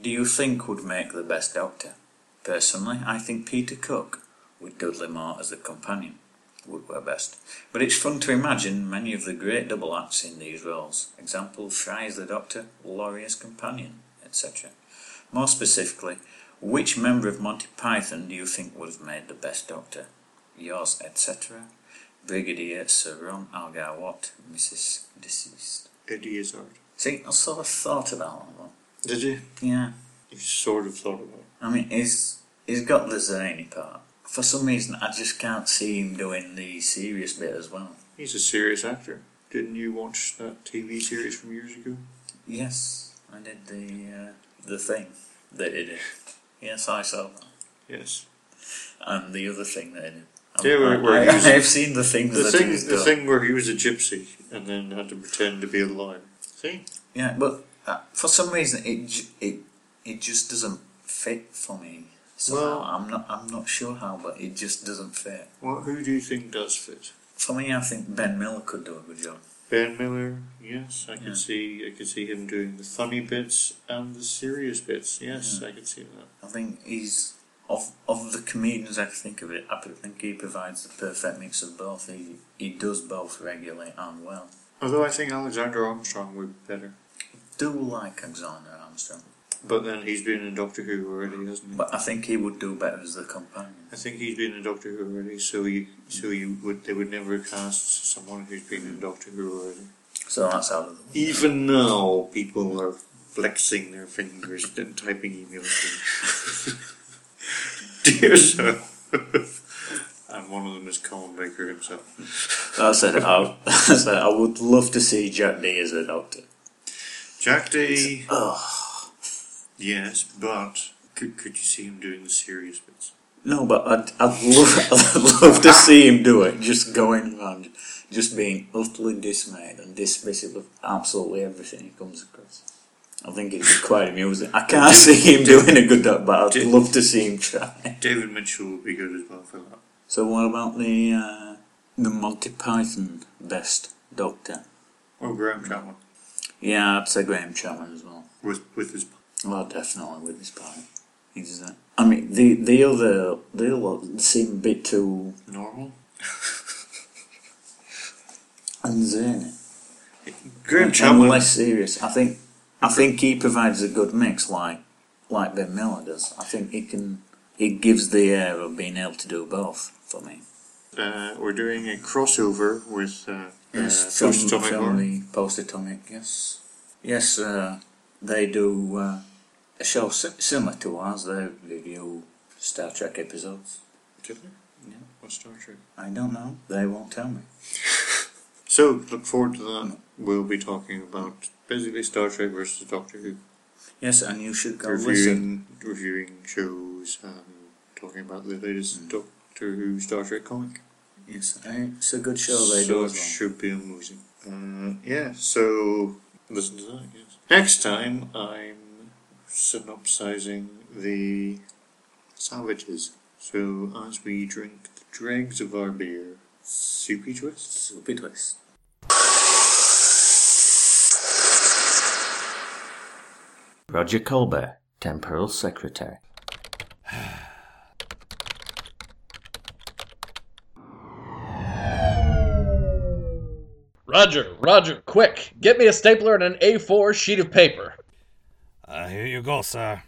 [SPEAKER 1] do you think would make the best Doctor? Personally, I think Peter Cook, with Dudley Moore as a companion, would work best. But it's fun to imagine many of the great double acts in these roles. Example, Fry as the Doctor, Laurie as companion, etc. More specifically, which member of Monty Python do you think would have made the best Doctor? Yours, etc. Brigadier Sir Ron Algar Watt, Mrs. Deceased.
[SPEAKER 2] Eddie Izzard.
[SPEAKER 1] See, I sort of thought about that one.
[SPEAKER 2] Did you?
[SPEAKER 1] Yeah,
[SPEAKER 2] You sort of thought about it.
[SPEAKER 1] I mean, he's he's got the zany part. For some reason, I just can't see him doing the serious bit as well.
[SPEAKER 2] He's a serious actor. Didn't you watch that TV series from years ago?
[SPEAKER 1] Yes, I did the uh, the thing that he did. Yes, I saw that,
[SPEAKER 2] Yes.
[SPEAKER 1] and the other thing that he did.
[SPEAKER 2] Yeah, where- where he
[SPEAKER 1] I,
[SPEAKER 2] was-
[SPEAKER 1] have seen the thing
[SPEAKER 2] The
[SPEAKER 1] that
[SPEAKER 2] thing,
[SPEAKER 1] he's
[SPEAKER 2] the
[SPEAKER 1] done.
[SPEAKER 2] thing where he was a gypsy and then had to pretend to be alive. See,
[SPEAKER 1] Yeah, but uh, for some reason, it ju- it it just doesn't fit for me. So
[SPEAKER 2] Well-
[SPEAKER 1] I'm not I'm not sure how, but it just doesn't fit.
[SPEAKER 2] well, who do you think does fit?
[SPEAKER 1] For me, I think Ben Miller could do a good job.
[SPEAKER 2] Ben Miller. Yes, I
[SPEAKER 1] Yeah.
[SPEAKER 2] could see. I could see him doing the funny bits and the serious bits. Yes, I could see that.
[SPEAKER 1] I think he's of of the comedians I can think of it. I pr- think he provides the perfect mix of both. He he does both regularly and well.
[SPEAKER 2] Although I think Alexander Armstrong would be better.
[SPEAKER 1] Do like Alexander Armstrong,
[SPEAKER 2] But then he's been in Doctor Who already, hasn't he?
[SPEAKER 1] but I think he would do better as the companion.
[SPEAKER 2] I think he's been in Doctor Who already, so you, so you would, they would never cast someone who's been in Doctor Who already.
[SPEAKER 1] So that's out of the way.
[SPEAKER 2] Even now, people are flexing their fingers and typing emails. in. Dear sir. and one of them is Colin Baker himself.
[SPEAKER 1] I said I, I said I would love to see Jack D as a doctor.
[SPEAKER 2] Jack D.
[SPEAKER 1] Oh.
[SPEAKER 2] Yes, but could, could you see him doing the serious bits?
[SPEAKER 1] No, but I'd, I'd, love, I'd love to see him do it. Just going around, just being utterly dismayed and dismissive of absolutely everything he comes across. I think it'd be quite amusing. I can't see him doing a good job, but I'd
[SPEAKER 2] Did-
[SPEAKER 1] love to see him try.
[SPEAKER 2] David Mitchell would be good as well for that.
[SPEAKER 1] So, what about the uh, the Monty Python best doctor?
[SPEAKER 2] Or Graham Chapman.
[SPEAKER 1] Yeah, I'd say Graham Chapman as well.
[SPEAKER 2] With, with his.
[SPEAKER 1] Well, definitely with his party. He's that. I mean, the the other the other seem a bit too
[SPEAKER 2] Normal?
[SPEAKER 1] unzany.
[SPEAKER 2] Graham
[SPEAKER 1] and
[SPEAKER 2] Chapman.
[SPEAKER 1] less serious. I think I think he provides a good mix, like like Ben Miller does. I think he can. It gives the air of being able to do both for me.
[SPEAKER 2] Uh, we're doing a crossover with uh, uh,
[SPEAKER 1] from,
[SPEAKER 2] Post Atomic
[SPEAKER 1] from
[SPEAKER 2] Horror.
[SPEAKER 1] the post-atomic. Yes, yes. Uh, they do uh, a show si- similar to ours. They review Star Trek episodes.
[SPEAKER 2] Did they?
[SPEAKER 1] Yeah.
[SPEAKER 2] What's Star Trek?
[SPEAKER 1] I don't know. They won't tell me.
[SPEAKER 2] So look forward to that. We'll be talking about basically Star Trek versus Doctor Who,
[SPEAKER 1] Yes, and you should go listen.
[SPEAKER 2] reviewing reviewing shows, um, talking about the latest Doctor Who Star Trek comic.
[SPEAKER 1] Yes, eh, it's a good show. They
[SPEAKER 2] so
[SPEAKER 1] do
[SPEAKER 2] it
[SPEAKER 1] as well.
[SPEAKER 2] should be amusing. Uh, yeah. So listen to that. Yes. Next time I'm synopsizing the savages. So as we drink the dregs of our beer, soupy twists.
[SPEAKER 1] Soupy twist. Roger Colbert, Temporal Secretary.
[SPEAKER 5] Roger, Roger, quick! Get me a stapler and an A4 sheet of paper.
[SPEAKER 6] Uh, here you go, sir.